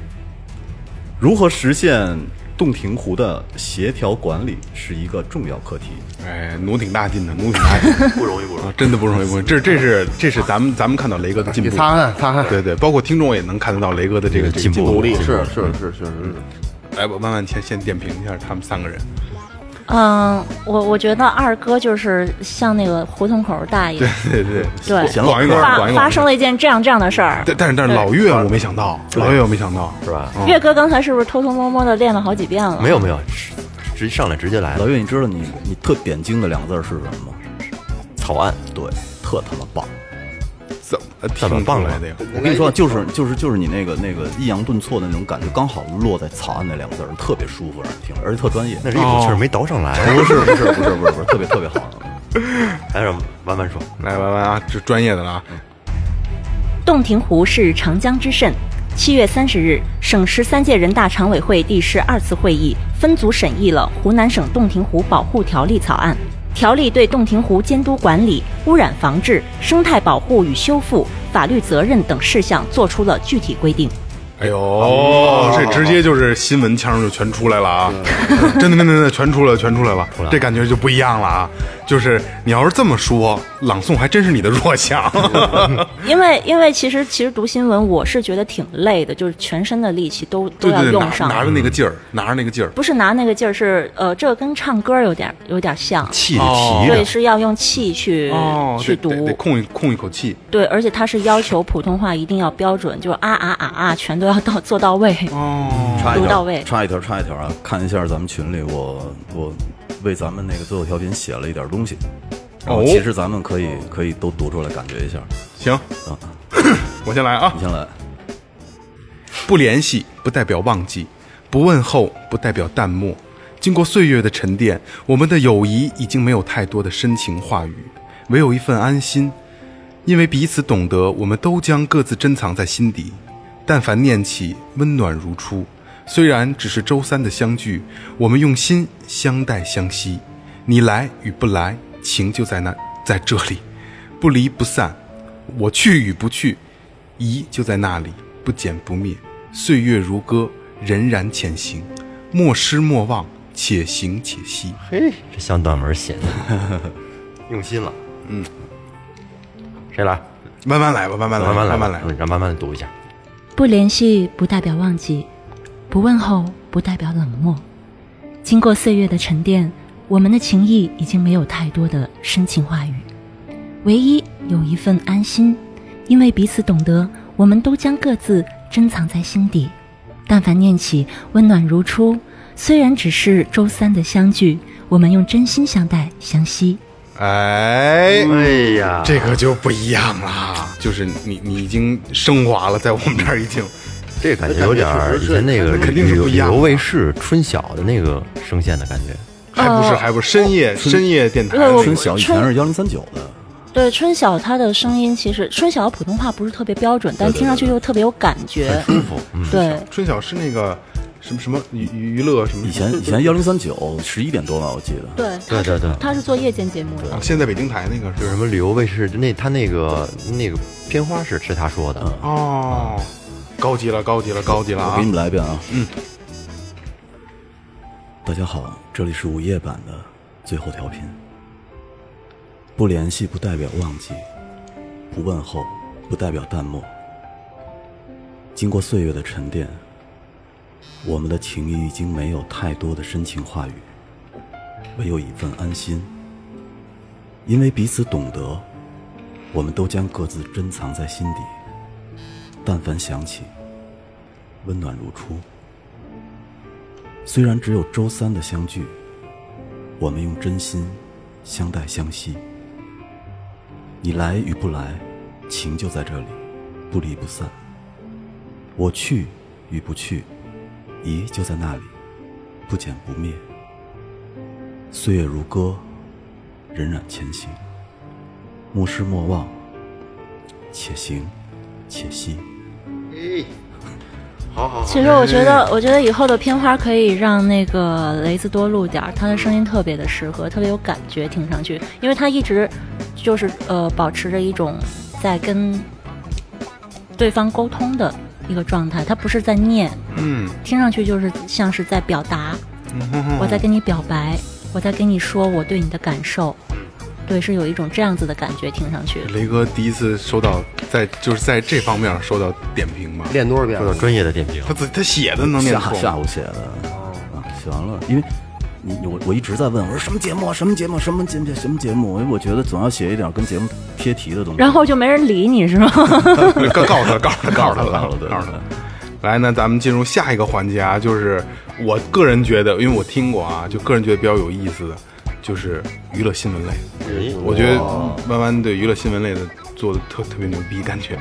[SPEAKER 5] 如何实现洞庭湖的协调管理是一个重要课题。
[SPEAKER 3] 哎，努挺大劲的，努挺大劲， 不容易，不容易，真的不容易，不容易。这这是这是咱们咱们看到雷哥的进
[SPEAKER 2] 你
[SPEAKER 3] 步，
[SPEAKER 2] 擦汗擦汗，
[SPEAKER 3] 对对，包括听众也能看得到雷哥的这个这个
[SPEAKER 1] 进步
[SPEAKER 3] 进步
[SPEAKER 2] 努力
[SPEAKER 3] 进步
[SPEAKER 2] 是是是是是，
[SPEAKER 3] 来吧，万万先先点评一下他们三个人，
[SPEAKER 4] 嗯，我我觉得二哥就是像那个胡同口大爷，
[SPEAKER 3] 对对，
[SPEAKER 4] 对，
[SPEAKER 5] 闲
[SPEAKER 3] 广一广，
[SPEAKER 4] 发
[SPEAKER 3] 广一广。
[SPEAKER 4] 发生了一件这样这样的事儿。
[SPEAKER 3] 但但是但是老岳我没想到，老岳我没想到，是吧？
[SPEAKER 4] 岳哥刚才是不是偷偷摸摸的练了好几遍了？
[SPEAKER 1] 没有没有，直直上来直接来
[SPEAKER 5] 老
[SPEAKER 1] 了，
[SPEAKER 5] 岳，你知道你你特点睛的两个字儿是什么吗？
[SPEAKER 1] 草案
[SPEAKER 5] 对，特他妈棒！
[SPEAKER 3] 怎么
[SPEAKER 1] 怎么
[SPEAKER 3] 挺
[SPEAKER 1] 棒
[SPEAKER 3] 出
[SPEAKER 1] 了
[SPEAKER 3] 来的呀？
[SPEAKER 5] 我跟你说，啊就是就是就是你那个那个抑扬顿挫的那种感觉，刚好落在“草案”那两个字儿，特别舒服，让人听着，而且特专业。
[SPEAKER 1] 那是一股气儿
[SPEAKER 3] 哦
[SPEAKER 1] 没倒上来。
[SPEAKER 5] 不是不是不是不是不是，特别特别好。
[SPEAKER 1] 还让慢慢说，
[SPEAKER 3] 来，弯弯啊，这专业的了啊，
[SPEAKER 1] 嗯
[SPEAKER 4] 洞庭湖是长江之肾。七月三十日，省十三届人大常委会第十二次会议分组审议了《湖南省洞庭湖保护条例》草案。条例对洞庭湖监督管理、污染防治、生态保护与修复、法律责任等事项作出了具体规定。
[SPEAKER 3] 哎
[SPEAKER 1] 哦
[SPEAKER 3] 呦，这直接就是新闻腔就全出来了啊！
[SPEAKER 1] 嗯
[SPEAKER 3] 真的真的真的全出来了，全出来了，这感觉就不一样了啊！就是你要是这么说，朗诵还真是你的弱 项。嗯
[SPEAKER 4] 因为因为其实其实读新闻，我是觉得挺累的，就是全身的力气都
[SPEAKER 3] 对
[SPEAKER 4] 都 要
[SPEAKER 3] 对对，
[SPEAKER 4] 啊用
[SPEAKER 3] 拿
[SPEAKER 4] 上。
[SPEAKER 3] 拿着那个劲儿，拿着那个劲儿，
[SPEAKER 4] 不是拿那个劲儿，是呃，这个跟唱歌有点有点像，
[SPEAKER 1] 气着
[SPEAKER 3] 哦
[SPEAKER 1] 提
[SPEAKER 4] 对，
[SPEAKER 1] 着，
[SPEAKER 4] 是要用气去、
[SPEAKER 3] 哦，
[SPEAKER 4] 去
[SPEAKER 3] 得得
[SPEAKER 4] 读
[SPEAKER 3] 得，控一控一口气。
[SPEAKER 4] 对，而且它是要求普通话一定要标准，就是啊啊啊啊，全都要到做到位。
[SPEAKER 5] 插一
[SPEAKER 4] 读到
[SPEAKER 5] 条
[SPEAKER 4] 位，
[SPEAKER 5] 插一条，插一条啊！看一下咱们群里，我我为咱们那个最后调频写了一点东西，然后
[SPEAKER 3] 哦
[SPEAKER 5] 其实咱们可以可以都读出来，感觉一下。
[SPEAKER 3] 行，
[SPEAKER 5] 啊，
[SPEAKER 3] 我先来啊
[SPEAKER 5] 你。先来。
[SPEAKER 3] 不联系不代表忘记，不问候不代表淡漠。经过岁月的沉淀，我们的友谊已经没有太多的深情话语，唯有一份安心，因为彼此懂得，我们都将各自珍藏在心底。但凡念起，温暖如初。虽然只是周三的相聚，我们用心相待相惜。你来与不来，情就在那，在这里，不离不散。我去与不去，疑就在那里，不减不灭。岁月如歌，荏苒前行，莫失莫忘，且行且惜。
[SPEAKER 1] 嘿，这像短文 写的，用心了。嗯，谁来？
[SPEAKER 3] 慢慢来吧，慢慢来，
[SPEAKER 1] 慢慢来吧，
[SPEAKER 3] 慢慢来。
[SPEAKER 1] 嗯让慢慢读一下。
[SPEAKER 4] 不联系不代表忘记，不问候不代表冷漠。经过岁月的沉淀，我们的情谊已经没有太多的深情话语，唯一有一份安心，因为彼此懂得，我们都将各自珍藏在心底。但凡念起，温暖如初。虽然只是周三的相聚，我们用真心相待相惜。
[SPEAKER 3] 哎，
[SPEAKER 1] 哎呀，
[SPEAKER 3] 这个就不一样啦，就是你你已经升华了，在我们这儿已
[SPEAKER 4] 哦
[SPEAKER 3] 经。
[SPEAKER 1] 这个感觉有点儿以前那个
[SPEAKER 3] 肯定是不一样的
[SPEAKER 1] 旅游卫视春晓的那个声线的感觉。
[SPEAKER 3] 还不是，还不是深
[SPEAKER 1] 哦
[SPEAKER 3] 夜深夜电台，
[SPEAKER 4] 对我
[SPEAKER 5] 春晓以前是幺零三九的，
[SPEAKER 4] 对春晓，她的声音其实春晓的普通话不是特别标准，但听上去又特别有感觉，很舒服。对，
[SPEAKER 3] 春晓是那个什么什么娱娱乐什么，
[SPEAKER 5] 以前以前幺零三九十一点多吧，我记得。
[SPEAKER 4] 对
[SPEAKER 1] 对对对，
[SPEAKER 4] 他是做夜间节目的
[SPEAKER 3] 啊。现在北京台那个
[SPEAKER 1] 就是
[SPEAKER 3] 是
[SPEAKER 1] 什么旅游卫视那他那个那个片花是是他说的，
[SPEAKER 3] 哦，高级了，高级了，高级了
[SPEAKER 5] 我
[SPEAKER 3] 啊
[SPEAKER 5] 给！你们来一遍啊。嗯。大家好，这里是午夜版的最后调频。不联系不代表忘记，不问候不代表淡漠。经过岁月的沉淀，我们的情谊已经没有太多的深情话语，唯有一份安心。因为彼此懂得，我们都将各自珍藏在心底。但凡想起，温暖如初。虽然只有周三的相聚，我们用真心相待相惜。你来与不来，情就在这里，不离不散。我去与不去，疑就在那里，不减不灭。岁月如歌，荏苒前行，莫失莫忘，且行且惜。
[SPEAKER 4] 其实我觉得，我觉得以后的片花可以让那个雷子多录点儿，他的声音特别的适合，特别有感觉，听上去，因为他一直就是呃保持着一种在跟对方沟通的一个状态，它不是在念，
[SPEAKER 3] 嗯，
[SPEAKER 4] 听上去就是像是在表达，我在跟你表白，我在跟你说我对你的感受，对，是有一种这样子的感觉，听上去。
[SPEAKER 3] 雷哥第一次收到在就是在这方面收到点评吗？
[SPEAKER 2] 练多少遍
[SPEAKER 1] 受到
[SPEAKER 2] 了？
[SPEAKER 1] 专业的点评
[SPEAKER 3] 他。自己他写的能念
[SPEAKER 5] 下
[SPEAKER 3] 出
[SPEAKER 5] 下午写的，啊，写完了，因为你我我一直在问，我说什么节目啊，什么节目，什么节目，什么节目，啊因为我觉得总要写一点跟节目贴题的东西。
[SPEAKER 4] 然后就没人理你是吗？
[SPEAKER 3] 告告诉他，告诉他， 告诉他，告
[SPEAKER 5] 告
[SPEAKER 3] 诉他，
[SPEAKER 5] 诉他
[SPEAKER 3] 告
[SPEAKER 5] 告诉
[SPEAKER 3] 诉
[SPEAKER 5] 他
[SPEAKER 3] 他。来，那咱们进入下一个环节啊，就是我个人觉得，因为我听过啊，就个人觉得比较有意思的，就是娱乐新闻类。我觉得弯弯对娱乐新闻类的做的特特别牛逼，感觉。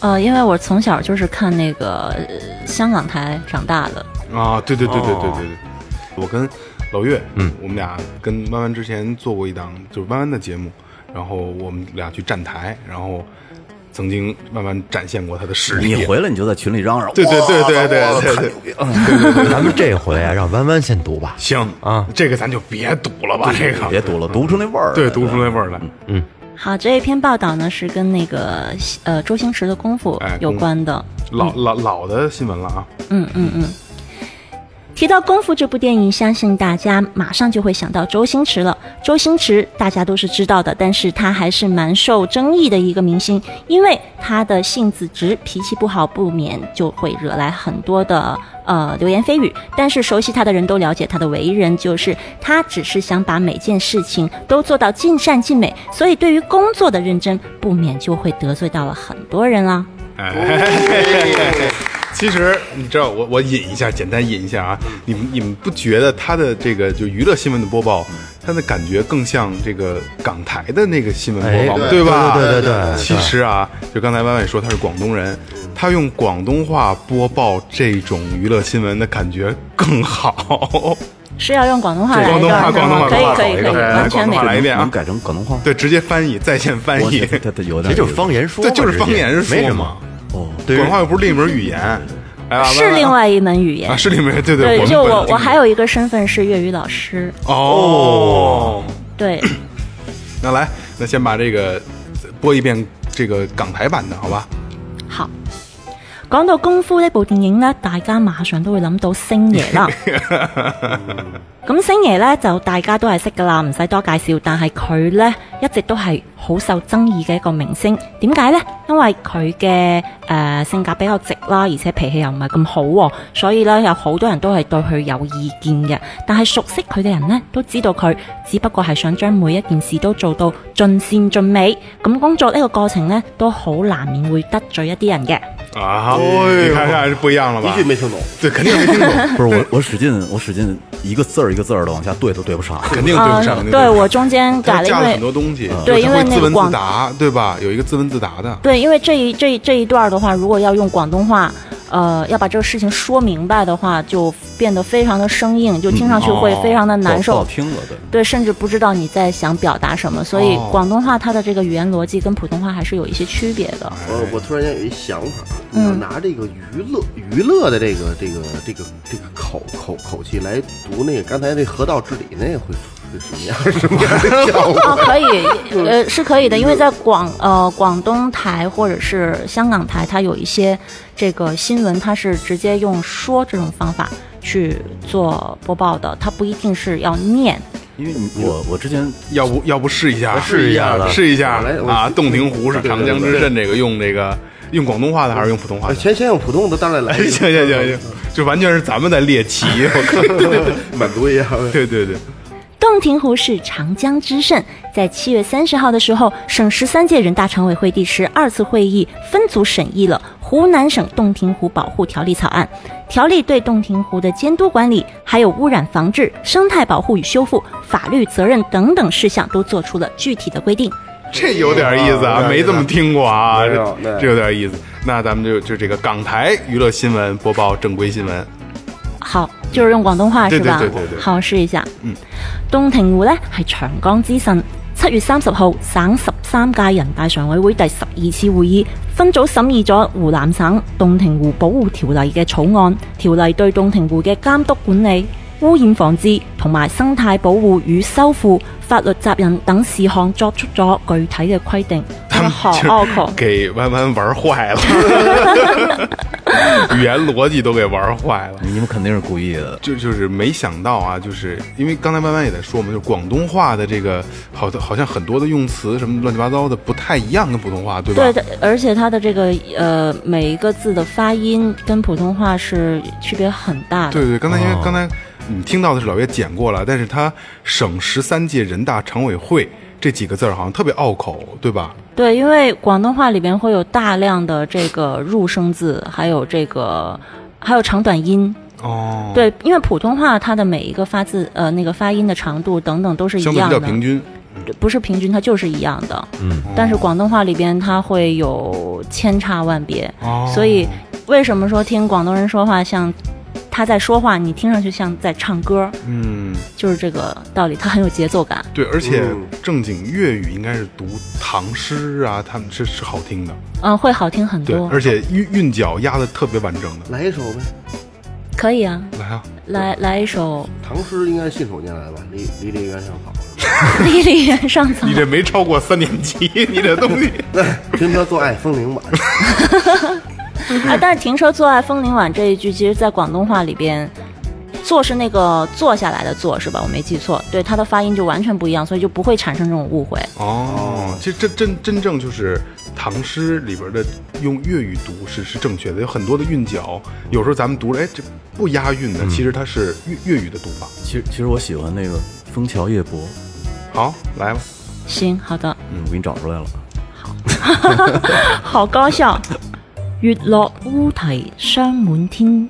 [SPEAKER 4] 呃，因为我从小就是看那个、呃香港台长大的，
[SPEAKER 3] 啊，对对对
[SPEAKER 5] 哦
[SPEAKER 3] 对对对对，我跟老岳，嗯，我们俩跟弯弯之前做过一档就是弯弯的节目，然后我们俩去站台，然后曾经弯弯展现过他的实力。
[SPEAKER 5] 你回来你就在群里嚷嚷，
[SPEAKER 3] 对对
[SPEAKER 5] 哇
[SPEAKER 3] 对对对
[SPEAKER 5] 哇
[SPEAKER 3] 对
[SPEAKER 5] 太
[SPEAKER 3] 对
[SPEAKER 5] 牛逼了
[SPEAKER 1] 咱们这回啊，让弯弯先读吧。
[SPEAKER 3] 行
[SPEAKER 1] 啊，
[SPEAKER 3] 这个咱就别赌了吧，这个
[SPEAKER 5] 别读了，读嗯不出那味儿来。
[SPEAKER 3] 对，读不出来味儿来。
[SPEAKER 4] 好，这一篇报道呢是跟那个呃周星驰的功夫
[SPEAKER 3] 哎
[SPEAKER 4] 有
[SPEAKER 3] 功夫
[SPEAKER 4] 关的。
[SPEAKER 3] 老老老的新闻了啊，
[SPEAKER 4] 嗯嗯嗯。提到《功夫》这部电影，相信大家马上就会想到周星驰了。周星驰大家都是知道的，但是他还是蛮受争议的一个明星，因为他的性子直、脾气不好，不免就会惹来很多的呃流言蜚语。但是熟悉他的人都了解他的为人，就是他只是想把每件事情都做到尽善尽美，所以对于工作的认真，不免就会得罪到了很多人啊啦。
[SPEAKER 3] 哎，其实你知道，我我引一下，简单引一下啊，你们你们不觉得他的这个就娱乐新闻的播报，他的感觉更像这个港台的那个新闻播报吗，
[SPEAKER 1] 哎
[SPEAKER 3] 对吧？
[SPEAKER 1] 对对对对对
[SPEAKER 3] 其实啊，就刚才弯弯也说他是广东人，他用广东话播报这种娱乐新闻的感觉更好。
[SPEAKER 4] 是要用广东话来
[SPEAKER 3] 广
[SPEAKER 4] 一
[SPEAKER 3] 东
[SPEAKER 4] 段
[SPEAKER 3] 话
[SPEAKER 4] 是
[SPEAKER 3] 广东
[SPEAKER 4] 吗？
[SPEAKER 3] 话
[SPEAKER 4] 可以
[SPEAKER 3] 广
[SPEAKER 4] 可
[SPEAKER 3] 东
[SPEAKER 4] 以
[SPEAKER 3] 话
[SPEAKER 4] 可以，
[SPEAKER 3] 来
[SPEAKER 4] 完全
[SPEAKER 3] 广
[SPEAKER 4] 美
[SPEAKER 3] 东话。来一遍啊
[SPEAKER 5] 能改成广东话。
[SPEAKER 3] 对，直接翻译，在线翻
[SPEAKER 5] 我
[SPEAKER 3] 译，
[SPEAKER 5] 他他有
[SPEAKER 1] 这
[SPEAKER 5] 点，
[SPEAKER 1] 就是方言说嘛，
[SPEAKER 3] 这就是方言
[SPEAKER 1] 直接
[SPEAKER 3] 说
[SPEAKER 1] 没什
[SPEAKER 3] 嘛
[SPEAKER 1] 么。
[SPEAKER 5] 哦，
[SPEAKER 1] 对于
[SPEAKER 3] 广东话又不是另一门语言，哎来吧
[SPEAKER 4] 是
[SPEAKER 3] 弯弯
[SPEAKER 4] 另外一门语
[SPEAKER 3] 啊，
[SPEAKER 4] 言。
[SPEAKER 3] 是里面对
[SPEAKER 4] 对，
[SPEAKER 3] 我
[SPEAKER 4] 就
[SPEAKER 3] 们
[SPEAKER 4] 我
[SPEAKER 3] 本地
[SPEAKER 4] 我还有一个身份是粤语老师。
[SPEAKER 3] 哦，
[SPEAKER 4] 对，
[SPEAKER 3] 那来，那先把这个播一遍这个港台版的，好吧？
[SPEAKER 4] 好。講到功夫呢部電影呢，大家馬上都會諗到星爺 啦。咁星爺呢，就大家都係識噶啦，唔使多介紹。但係佢呢，一直都係好受爭議嘅一個明星。點解呢？因為佢嘅誒性格比較直啦，而且脾氣又唔係咁好、喎，所以呢，有好多人都係對佢有意見嘅。但係熟悉佢嘅人呢，都知道佢只不過係想將每一件事都做到盡善盡美。咁工作呢個過程呢，都好難免會得罪一啲人嘅。
[SPEAKER 3] 啊，你看看不一样了吧？
[SPEAKER 2] 一句没听懂，
[SPEAKER 3] 对，肯定没听懂，
[SPEAKER 5] 不是我我使劲我使劲一个字儿一个字儿的往下对都对不上。
[SPEAKER 3] 肯定对不
[SPEAKER 4] 呃
[SPEAKER 3] 上。肯定
[SPEAKER 4] 对
[SPEAKER 3] 不上
[SPEAKER 4] 我中间改
[SPEAKER 3] 他
[SPEAKER 4] 了，因
[SPEAKER 3] 加了
[SPEAKER 4] 为
[SPEAKER 3] 很多东西，就是
[SPEAKER 4] 对因为
[SPEAKER 3] 他会
[SPEAKER 4] 那
[SPEAKER 3] 自
[SPEAKER 4] 个
[SPEAKER 3] 问
[SPEAKER 4] 广
[SPEAKER 3] 自答，对吧？有一个自问自答的，
[SPEAKER 4] 对，因为这一这一这一段的话，如果要用广东话，呃，要把这个事情说明白的话，就变得非常的生硬，就听上去会
[SPEAKER 3] 哦
[SPEAKER 4] 非常的难
[SPEAKER 5] 不
[SPEAKER 4] 受，
[SPEAKER 5] 好听了，对。
[SPEAKER 4] 对，甚至不知道你在想表达什么。所以
[SPEAKER 3] 哦
[SPEAKER 4] 广东话它的这个语言逻辑跟普通话还是有一些区别的。
[SPEAKER 2] 呃我
[SPEAKER 3] 哎
[SPEAKER 2] 我突然间有一想法，啊你要拿这个娱乐娱乐的这个这个这个这个口口口气来读那个刚才那河道治理那个会会什么样 什么样的 效果？
[SPEAKER 4] 哦，可以，呃，是可以的，因为在广呃广东台或者是香港台，它有一些这个新闻，它是直接用说这种方法去做播报的，它不一定是要念。
[SPEAKER 5] 因为你我我之前
[SPEAKER 3] 要不要不试一下？
[SPEAKER 1] 试一下了
[SPEAKER 3] 试一下
[SPEAKER 2] 来我
[SPEAKER 3] 啊！洞庭湖是长江之镇，这个用这个用广东话的还是用普通话
[SPEAKER 2] 啊
[SPEAKER 3] 的？
[SPEAKER 2] 先先用普通的，当然来
[SPEAKER 3] 哎，
[SPEAKER 2] 一个，
[SPEAKER 3] 行行行行，就完全是咱们在猎奇，我靠！对对
[SPEAKER 2] 满足一下呗。
[SPEAKER 3] 对对对，
[SPEAKER 4] 洞庭湖是长江之盛，在七月三十号的时候，省十三届人大常委会第十二次会议分组审议了《湖南省洞庭湖保护条例》草案。条例对洞庭湖的监督管理、还有污染防治、生态保护与修复、法律责任等等事项都做出了具体的规定。
[SPEAKER 3] 这有点意思啊，
[SPEAKER 2] 有点
[SPEAKER 3] 没
[SPEAKER 2] 意思
[SPEAKER 3] 这么听过啊，
[SPEAKER 2] 没
[SPEAKER 3] 这
[SPEAKER 2] 有对
[SPEAKER 3] 这有点意思。那咱们就就这个港台娱乐新闻播报正规新闻，
[SPEAKER 4] 好，就是用廣東話
[SPEAKER 3] 對
[SPEAKER 4] 是吧？
[SPEAKER 3] 對對對對
[SPEAKER 4] 好，試一下。
[SPEAKER 3] 嗯，
[SPEAKER 4] 洞庭湖呢係長江之腎。七月三十號，省十三屆人大常委會第十二次會議分組審議咗湖南省洞庭湖保護條例嘅草案。條例對洞庭湖嘅監督管理、污染防治同埋生態保護與修復、法律責任等事項作出咗具體嘅規定。
[SPEAKER 3] 他们
[SPEAKER 4] 好
[SPEAKER 3] 就是
[SPEAKER 4] 拗口
[SPEAKER 3] 给弯弯玩坏了， 语言逻辑都给玩坏了。
[SPEAKER 5] 你们肯定是故意的。
[SPEAKER 3] 就就是没想到啊，就是因为刚才弯弯也在说嘛，就是广东话的这个好的，好像很多的用词什么乱七八糟的不太一样，跟普通话对吧？
[SPEAKER 4] 对，它而且它的这个呃每一个字的发音跟普通话是区别很大的。
[SPEAKER 3] 对对，刚才因为
[SPEAKER 1] 哦
[SPEAKER 3] 刚才你听到的是老岳剪过了，但是他省十三届人大常委会这几个字儿好像特别拗口，对吧？
[SPEAKER 4] 对，因为广东话里边会有大量的这个入声字，还有这个还有长短音。
[SPEAKER 3] 哦，，
[SPEAKER 4] 对，因为普通话它的每一个发字呃那个发音的长度等等都是一
[SPEAKER 3] 相对比
[SPEAKER 4] 样
[SPEAKER 3] 较
[SPEAKER 4] 的，
[SPEAKER 3] 平均。
[SPEAKER 4] 不是平均，它就是一样的。
[SPEAKER 1] 嗯，
[SPEAKER 4] 但是广东话里边它会有千差万别，
[SPEAKER 3] 哦，
[SPEAKER 4] 所以为什么说听广东人说话像他在说话，你听上去像在唱歌，
[SPEAKER 3] 嗯，
[SPEAKER 4] 就是这个道理，它很有节奏感。
[SPEAKER 3] 对，而且
[SPEAKER 2] 嗯
[SPEAKER 3] 正经粤语应该是读唐诗啊，他们是是好听的，
[SPEAKER 4] 嗯，会好听很
[SPEAKER 3] 对，
[SPEAKER 4] 多。
[SPEAKER 3] 而且韵韵脚压的特别完整的。
[SPEAKER 2] 来一首呗，
[SPEAKER 4] 可以啊，
[SPEAKER 3] 来啊，
[SPEAKER 4] 来来一首
[SPEAKER 2] 唐诗应该信手拈来吧，离离这个上 跑。
[SPEAKER 4] 《丽丽原 上草
[SPEAKER 3] 你》。这没超过三年级，你这东西。
[SPEAKER 2] 那跟他做爱风铃吧，
[SPEAKER 4] 啊，但是停车坐爱枫林晚这一句，其实在广东话里边，坐是那个坐下来的坐是吧？我没记错，对它的发音就完全不一样，所以就不会产生这种误会。
[SPEAKER 3] 哦，其实这真真正就是唐诗里边的用粤语读是是正确的，有很多的韵脚，有时候咱们读了，哎，这不押韵的，其实它是粤粤语的读法。
[SPEAKER 5] 其实其实我喜欢那个《枫桥夜泊》，
[SPEAKER 3] 好，来吧，
[SPEAKER 4] 行，好 的，
[SPEAKER 5] 嗯，我给你找出来了。。
[SPEAKER 4] 好高效。月落乌啼霜满天，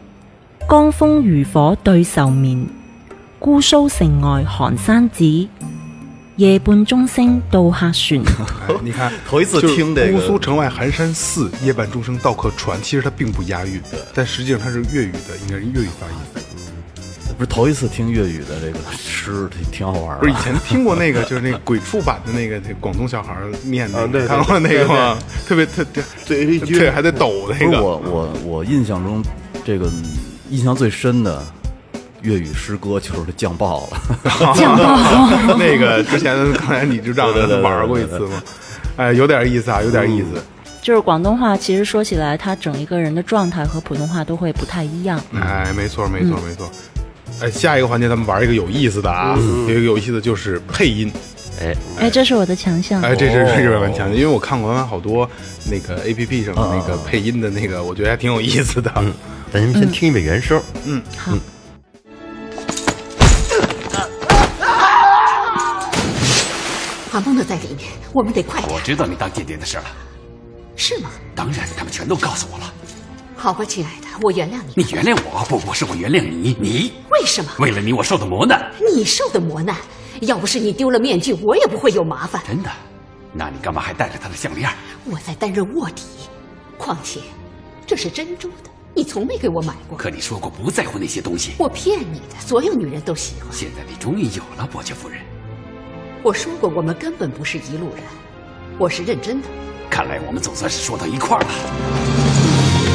[SPEAKER 4] 江枫渔火對愁眠。姑蘇城外寒山寺，夜半鐘聲到客船。
[SPEAKER 3] 哎、 你看
[SPEAKER 5] 头一次
[SPEAKER 3] 就是
[SPEAKER 5] 听这
[SPEAKER 3] 姑
[SPEAKER 5] 个，
[SPEAKER 3] 苏城外寒山寺，夜半钟声到客船。其实它并不押韵，但实际上它是粤语的，应该是粤语发
[SPEAKER 5] 啊
[SPEAKER 3] 音。
[SPEAKER 5] 不是头一次听粤语的这个诗，挺挺好玩的。
[SPEAKER 3] 不是以前听过那个，就是那个鬼畜版的那个，那广东小孩儿 念的，
[SPEAKER 2] 啊对对
[SPEAKER 3] 看过那个吗？特别特特
[SPEAKER 2] 嘴一撅
[SPEAKER 3] 对，还得抖那
[SPEAKER 5] 不是
[SPEAKER 3] 个。
[SPEAKER 5] 我我我印象中这个嗯印象最深的粤语诗歌就是《酱爆了》
[SPEAKER 3] 酱爆。那个之前刚才你就让
[SPEAKER 5] 对对对
[SPEAKER 3] 他
[SPEAKER 5] 对
[SPEAKER 3] 玩过一次吗？哎，有点意思啊，有点意思。
[SPEAKER 4] 就是广东话，其实说起来，它整一个人的状态和普通话都会不太一样。
[SPEAKER 5] 嗯
[SPEAKER 3] 哎，没错，没错，没错。哎，下一个环节咱们玩一个有意思的啊，
[SPEAKER 5] 嗯
[SPEAKER 3] 有一个有意思的就是配音。
[SPEAKER 4] 哎，这是我的强 项。
[SPEAKER 3] 哎，这是
[SPEAKER 5] 哦
[SPEAKER 3] 这是蛮强的，因为我看过好多那个 A P P 上的那个
[SPEAKER 5] 啊
[SPEAKER 3] 配音的那个，我觉得还挺有意思的。
[SPEAKER 5] 嗯
[SPEAKER 1] 咱们先听一遍原声。
[SPEAKER 3] 嗯
[SPEAKER 4] 好，
[SPEAKER 8] 韩梦乐在里面，我们得快点
[SPEAKER 9] 我，知道你当间谍的事了，
[SPEAKER 8] 是吗？
[SPEAKER 9] 当然，他们全都告诉我了。
[SPEAKER 8] 好吧，亲爱的，我原谅你。
[SPEAKER 9] 你原谅我？不，不是我原谅你，你
[SPEAKER 8] 为什么？
[SPEAKER 9] 为了你我受的磨难，
[SPEAKER 8] 你受的磨难，要不是你丢了面具，我也不会有麻烦。
[SPEAKER 9] 真的。那你干嘛还戴着他的项链？
[SPEAKER 8] 我在担任卧底，况且这是珍珠的，你从没给我买过。
[SPEAKER 9] 可你说过不在乎那些东西，
[SPEAKER 8] 我骗你的，所有女人都喜欢。
[SPEAKER 9] 现在你终于有了，伯爵夫人。
[SPEAKER 8] 我说过，我们根本不是一路人，我是认真的。
[SPEAKER 9] 看来我们总算是说到一块儿了。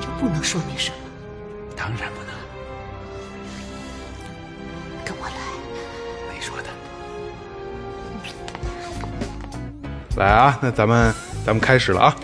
[SPEAKER 8] 这不能说明什么，
[SPEAKER 9] 当然不能，
[SPEAKER 8] 跟我来。
[SPEAKER 9] 你说的
[SPEAKER 3] 来啊，那咱们咱们开始了啊。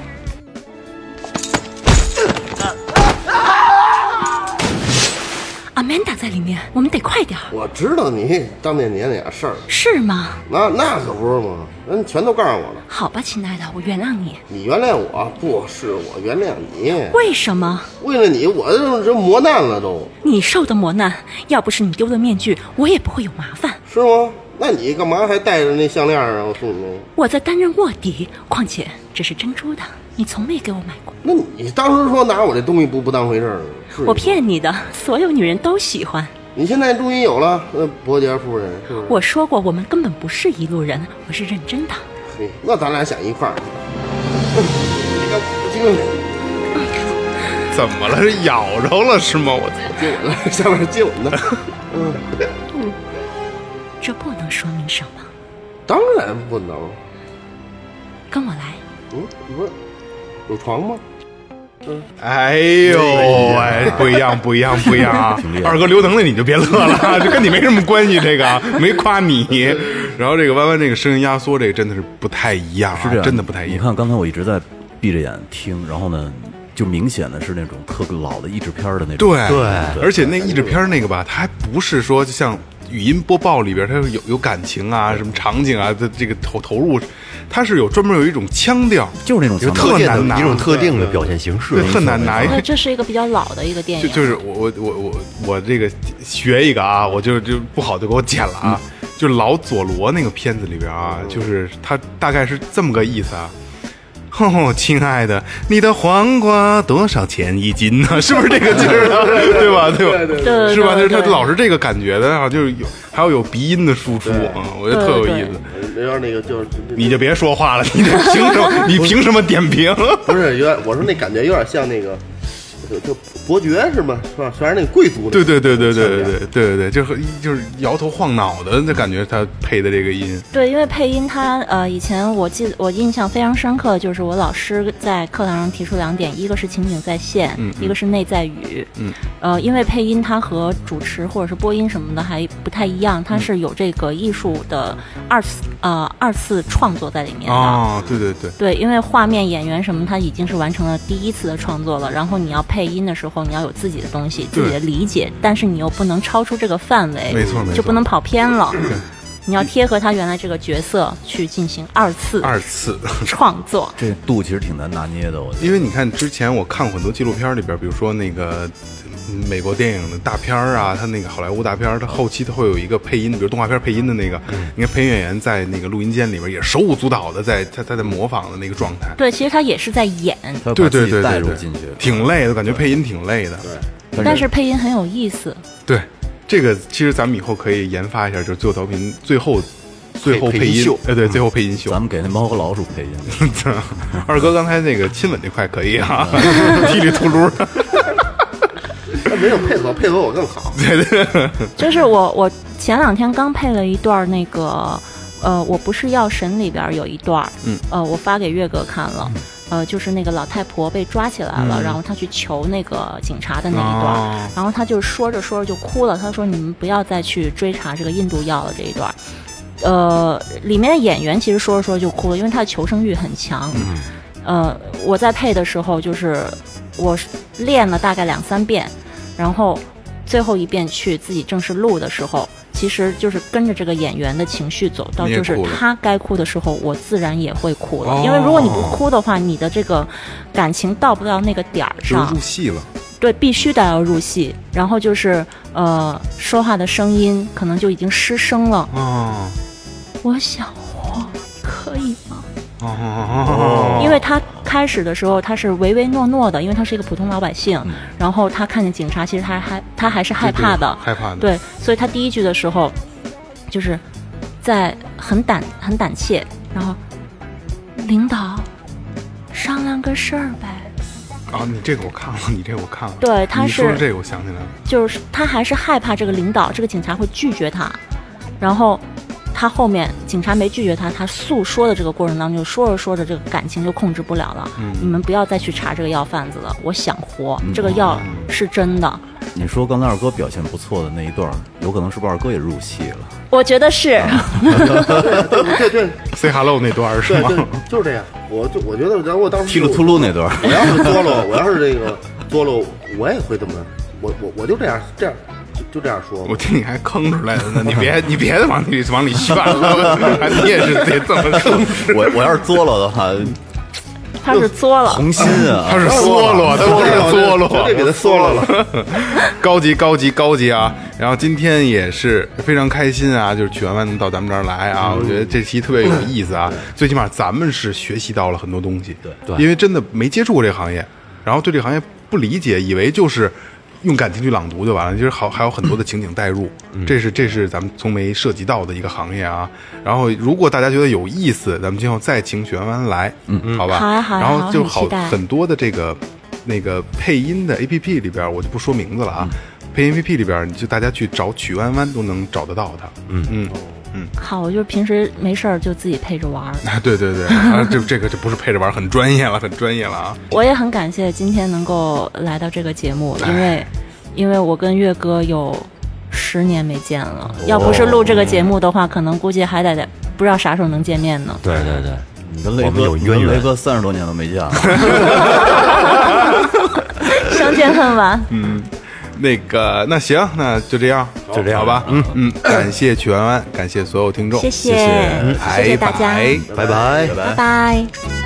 [SPEAKER 4] 阿曼达在里面，我们得快点儿，
[SPEAKER 2] 我知道你当面年俩事儿，
[SPEAKER 4] 是吗？
[SPEAKER 2] 那那可不是吗？人全都告诉我了。
[SPEAKER 4] 好吧，亲爱的，我原谅你。
[SPEAKER 2] 你原谅我，不是我原谅你。
[SPEAKER 4] 为什么
[SPEAKER 2] 为了你，我这这磨难了都，
[SPEAKER 4] 你受的磨难，要不是你丢了面具，我也不会有麻烦。
[SPEAKER 2] 是吗？那你干嘛还戴着那项链啊？我送你那个。
[SPEAKER 4] 我在担任卧底，况且这是珍珠的，你从没给我买过。
[SPEAKER 2] 那你当时说拿我这东西不不当回事儿，是
[SPEAKER 4] 我。骗你的，所有女人都喜欢。
[SPEAKER 2] 你现在终于有了，那伯爵夫人是不是？
[SPEAKER 4] 我说过，我们根本不是一路人，我是认真的。
[SPEAKER 2] 嘿那咱俩想一块儿。 这个
[SPEAKER 3] 怎么了？是咬着了是吗？我操！
[SPEAKER 2] 接吻了， 下面接吻 的，
[SPEAKER 4] 这不能说明什么。
[SPEAKER 2] 当然不能。
[SPEAKER 4] 跟我来，
[SPEAKER 2] 嗯，你不是有床吗？
[SPEAKER 3] 哎呦
[SPEAKER 5] 哎
[SPEAKER 3] 喂，不一样，不一样，不一样 啊！二哥刘能了，你就别乐了，这跟你没什么关系，这个啊没夸你。然后这个弯弯这个声音压缩，这个真的是不太一样、啊，
[SPEAKER 5] 是这样，
[SPEAKER 3] 真的不太一
[SPEAKER 5] 你
[SPEAKER 3] 样。
[SPEAKER 5] 看刚才我一直在闭着眼听，然后呢，就明显的是那种特老的译制片儿的那种。
[SPEAKER 3] 对而且那译制片那个吧，它还不是说就像语音播报里边，它有有感情啊，什么场景啊，它这个投投入，它是有专门有一种腔调，
[SPEAKER 5] 就是那种
[SPEAKER 3] 有
[SPEAKER 5] 腔调
[SPEAKER 3] 特
[SPEAKER 1] 见
[SPEAKER 3] 难拿
[SPEAKER 1] 的一种特定的表现形式
[SPEAKER 3] 对，，特难拿。
[SPEAKER 4] 对，哦这是一个比较老的一个电
[SPEAKER 3] 哎就
[SPEAKER 4] 影，
[SPEAKER 3] 就是我我我我我这个学一个啊，我就就不好就给我剪了啊。就老佐罗那个片子里边啊，就是他大概是这么个意思啊。 哦，亲爱的，你的黄瓜多少钱一斤呢？ 是不是这个劲儿啊？ 对吧？对吧？对
[SPEAKER 4] 对
[SPEAKER 3] 是吧？就
[SPEAKER 4] 对
[SPEAKER 3] 是他
[SPEAKER 4] 对
[SPEAKER 3] 老是这个感觉的啊，就是有还要有鼻音的输出啊，我觉得特有意思。
[SPEAKER 2] 有点那个就是
[SPEAKER 3] 你就别说话了，你这凭什 么？你凭什么点评？
[SPEAKER 2] 不是有点，我说那感觉有点像那个，就就伯爵是吗？是吧？全是那个贵族那
[SPEAKER 3] 对
[SPEAKER 2] 种。
[SPEAKER 3] 对对对对对
[SPEAKER 2] 像
[SPEAKER 3] 对对对，就是就是摇头晃脑的那感觉，他配的这个音，
[SPEAKER 4] 对，因为配音它呃，以前我记得我印象非常深刻，就是我老师在课堂上提出两点，一个是情景再现，一个是内在语。
[SPEAKER 3] 嗯，
[SPEAKER 4] 呃，因为配音它和主持或者是播音什么的还不太一样，
[SPEAKER 3] 嗯
[SPEAKER 4] 它是有这个艺术的二次呃二次创作在里面的。
[SPEAKER 3] 哦，对对对，
[SPEAKER 4] 对，因为画面、演员什么，它已经是完成了第一次的创作了。然后你要配音的时候，你要有自己的东西、自己的理解，但是你又不能超出这个范围，
[SPEAKER 3] 没错没错
[SPEAKER 4] 就不能跑偏了。你要贴合他原来这个角色去进行二次
[SPEAKER 3] 二次，
[SPEAKER 4] 创作。
[SPEAKER 5] 这度其实挺难拿捏的，我觉得。
[SPEAKER 3] 因为你看之前我看过很多纪录片里边，比如说那个嗯美国电影的大片儿啊，它那个好莱坞大片儿，它后期它会有一个配音，比如动画片配音的那个，
[SPEAKER 5] 嗯
[SPEAKER 3] 你看配音演员在那个录音间里边也手舞足蹈的在他他在模仿的那个状态，
[SPEAKER 4] 对，其实他也是在演，
[SPEAKER 5] 他
[SPEAKER 3] 对对
[SPEAKER 5] 把自己
[SPEAKER 3] 对
[SPEAKER 5] 带
[SPEAKER 3] 对
[SPEAKER 5] 入
[SPEAKER 3] 对，
[SPEAKER 5] 进去，
[SPEAKER 3] 挺累的，感觉配音挺累的，
[SPEAKER 4] 但是配音很有意思。
[SPEAKER 3] 对，这个其实咱们以后可以研发一下，就是最后调频最后最后
[SPEAKER 2] 配
[SPEAKER 3] 配
[SPEAKER 2] 配音
[SPEAKER 3] 音
[SPEAKER 2] 秀，
[SPEAKER 3] 哎对，最后配音秀
[SPEAKER 5] 咱。们给那猫和老鼠配音。
[SPEAKER 3] 二哥刚才那个亲吻这块可以啊， 叽里秃噜的，
[SPEAKER 2] 但没有配合，配合我更好。
[SPEAKER 3] 对对，
[SPEAKER 4] 就是我我前两天刚配了一段那个，呃，我不是药神里边儿有一段儿，
[SPEAKER 3] 嗯，
[SPEAKER 4] 呃，我发给岳哥看了。呃，就是那个老太婆被抓起来了，然后她去求那个警察的那一段儿，
[SPEAKER 3] 嗯哦
[SPEAKER 4] 然后她就说着说着就哭了。她说：“你们不要再去追查这个印度药了。”这一段儿，呃，里面的演员其实说着说着就哭了，因为他的求生欲很强。嗯，呃，我在配的时候就是我练了大概两三遍，然后最后一遍去自己正式录的时候，其实就是跟着这个演员的情绪走到，
[SPEAKER 3] 你也
[SPEAKER 4] 就是
[SPEAKER 3] 哭了
[SPEAKER 4] 他该哭的时候，我自然也会哭了。
[SPEAKER 3] 哦
[SPEAKER 4] 因为如果你不哭的话，你的这个感情到不到那个点儿
[SPEAKER 3] 就是
[SPEAKER 4] 上
[SPEAKER 3] 入，戏了。
[SPEAKER 4] 对，必须得要入戏。然后就是呃，说话的声音可能就已经失声了。
[SPEAKER 3] 哦
[SPEAKER 4] 我想活，可以吗？
[SPEAKER 3] 哦
[SPEAKER 4] 因为他开始的时候他是唯唯诺诺的，因为他是一个普通老百姓，然后他看见警察，其实他还他还是害怕的，
[SPEAKER 3] 害怕的，
[SPEAKER 4] 对，所以他第一句的时候，就是在很胆很胆怯，然后领导商量个事儿呗。
[SPEAKER 3] 啊，你这个我看了，你这个我看了，
[SPEAKER 4] 对他
[SPEAKER 3] 你说
[SPEAKER 4] 是
[SPEAKER 3] 这个我想起来了，
[SPEAKER 4] 就是他还是害怕这个领导，这个警察会拒绝他，然后他后面警察没拒绝他，他诉说的这个过程当中，说着说着这个感情就控制不了了。你们不要再去查这个药贩子了，我想活，这个药是真的，
[SPEAKER 5] 你说刚才二哥表现不错的那一段儿，有可能是不是二哥也入戏了？
[SPEAKER 4] 我觉得是。
[SPEAKER 2] 对对对
[SPEAKER 3] say hello 那段儿是
[SPEAKER 2] 对
[SPEAKER 3] 吗？
[SPEAKER 2] 对，就是这样。我就我觉得，然后我当时
[SPEAKER 5] 踢了秃噜那 段儿，
[SPEAKER 2] 我要是多了，我要是这个多了，我也会这么，我我我就这样这样就就这样说。
[SPEAKER 3] 我听你还坑出来的呢，你别你别往里往里炫了，你也是得这么坑。
[SPEAKER 5] 我我要是作了的话，
[SPEAKER 4] 他是作了，
[SPEAKER 5] 红心啊！
[SPEAKER 3] 他是缩落，他不是缩落，
[SPEAKER 2] 我就绝对给他缩了了。
[SPEAKER 3] 高级高级高级啊！然后今天也是非常开心啊，就是曲弯弯能到咱们这儿来啊，
[SPEAKER 2] 嗯
[SPEAKER 3] 我觉得这期特别有意思啊。最起码咱们是学习到了很多东西，对，因为真的没接触过这个行业，然后对这个行业不理解，以为就是用感情去朗读就完了，其实好还有很多的情景代入，这是这是咱们从没涉及到的一个行业啊。然后如果大家觉得有意思，咱们今后再请曲弯弯来，嗯，好吧？
[SPEAKER 4] 好啊好啊
[SPEAKER 3] 然后就
[SPEAKER 4] 好很期待
[SPEAKER 3] 很很多的这个那个配音的 APP 里边，我就不说名字了啊。配音 APP 里边，你就大家去找曲弯弯都能找得到他。嗯嗯嗯，
[SPEAKER 4] 好，我就是平时没事儿就自己配着玩儿。
[SPEAKER 3] 啊， 对对对，啊，这这个这不是配着玩，很专业了，很专业了啊。
[SPEAKER 4] 我也很感谢今天能够来到这个节目，因为因为我跟岳哥有十年没见了，要不是录这个节目的话，可能估计还得得不知道啥时候能见面呢。
[SPEAKER 1] 对对对，
[SPEAKER 5] 你跟雷
[SPEAKER 1] 我们
[SPEAKER 5] 哥
[SPEAKER 1] 有渊
[SPEAKER 5] 你跟
[SPEAKER 1] 源
[SPEAKER 5] 雷哥三十多年都没见了，
[SPEAKER 4] 相见恨晚，
[SPEAKER 3] 嗯，那个那行，那就这样，
[SPEAKER 1] 就这样
[SPEAKER 3] 好吧。嗯嗯，感谢曲弯弯，感谢所有听众，
[SPEAKER 4] 谢谢
[SPEAKER 3] 谢，
[SPEAKER 4] 谢谢大家
[SPEAKER 5] 哎
[SPEAKER 3] 拜拜
[SPEAKER 1] 拜拜。
[SPEAKER 4] 拜拜。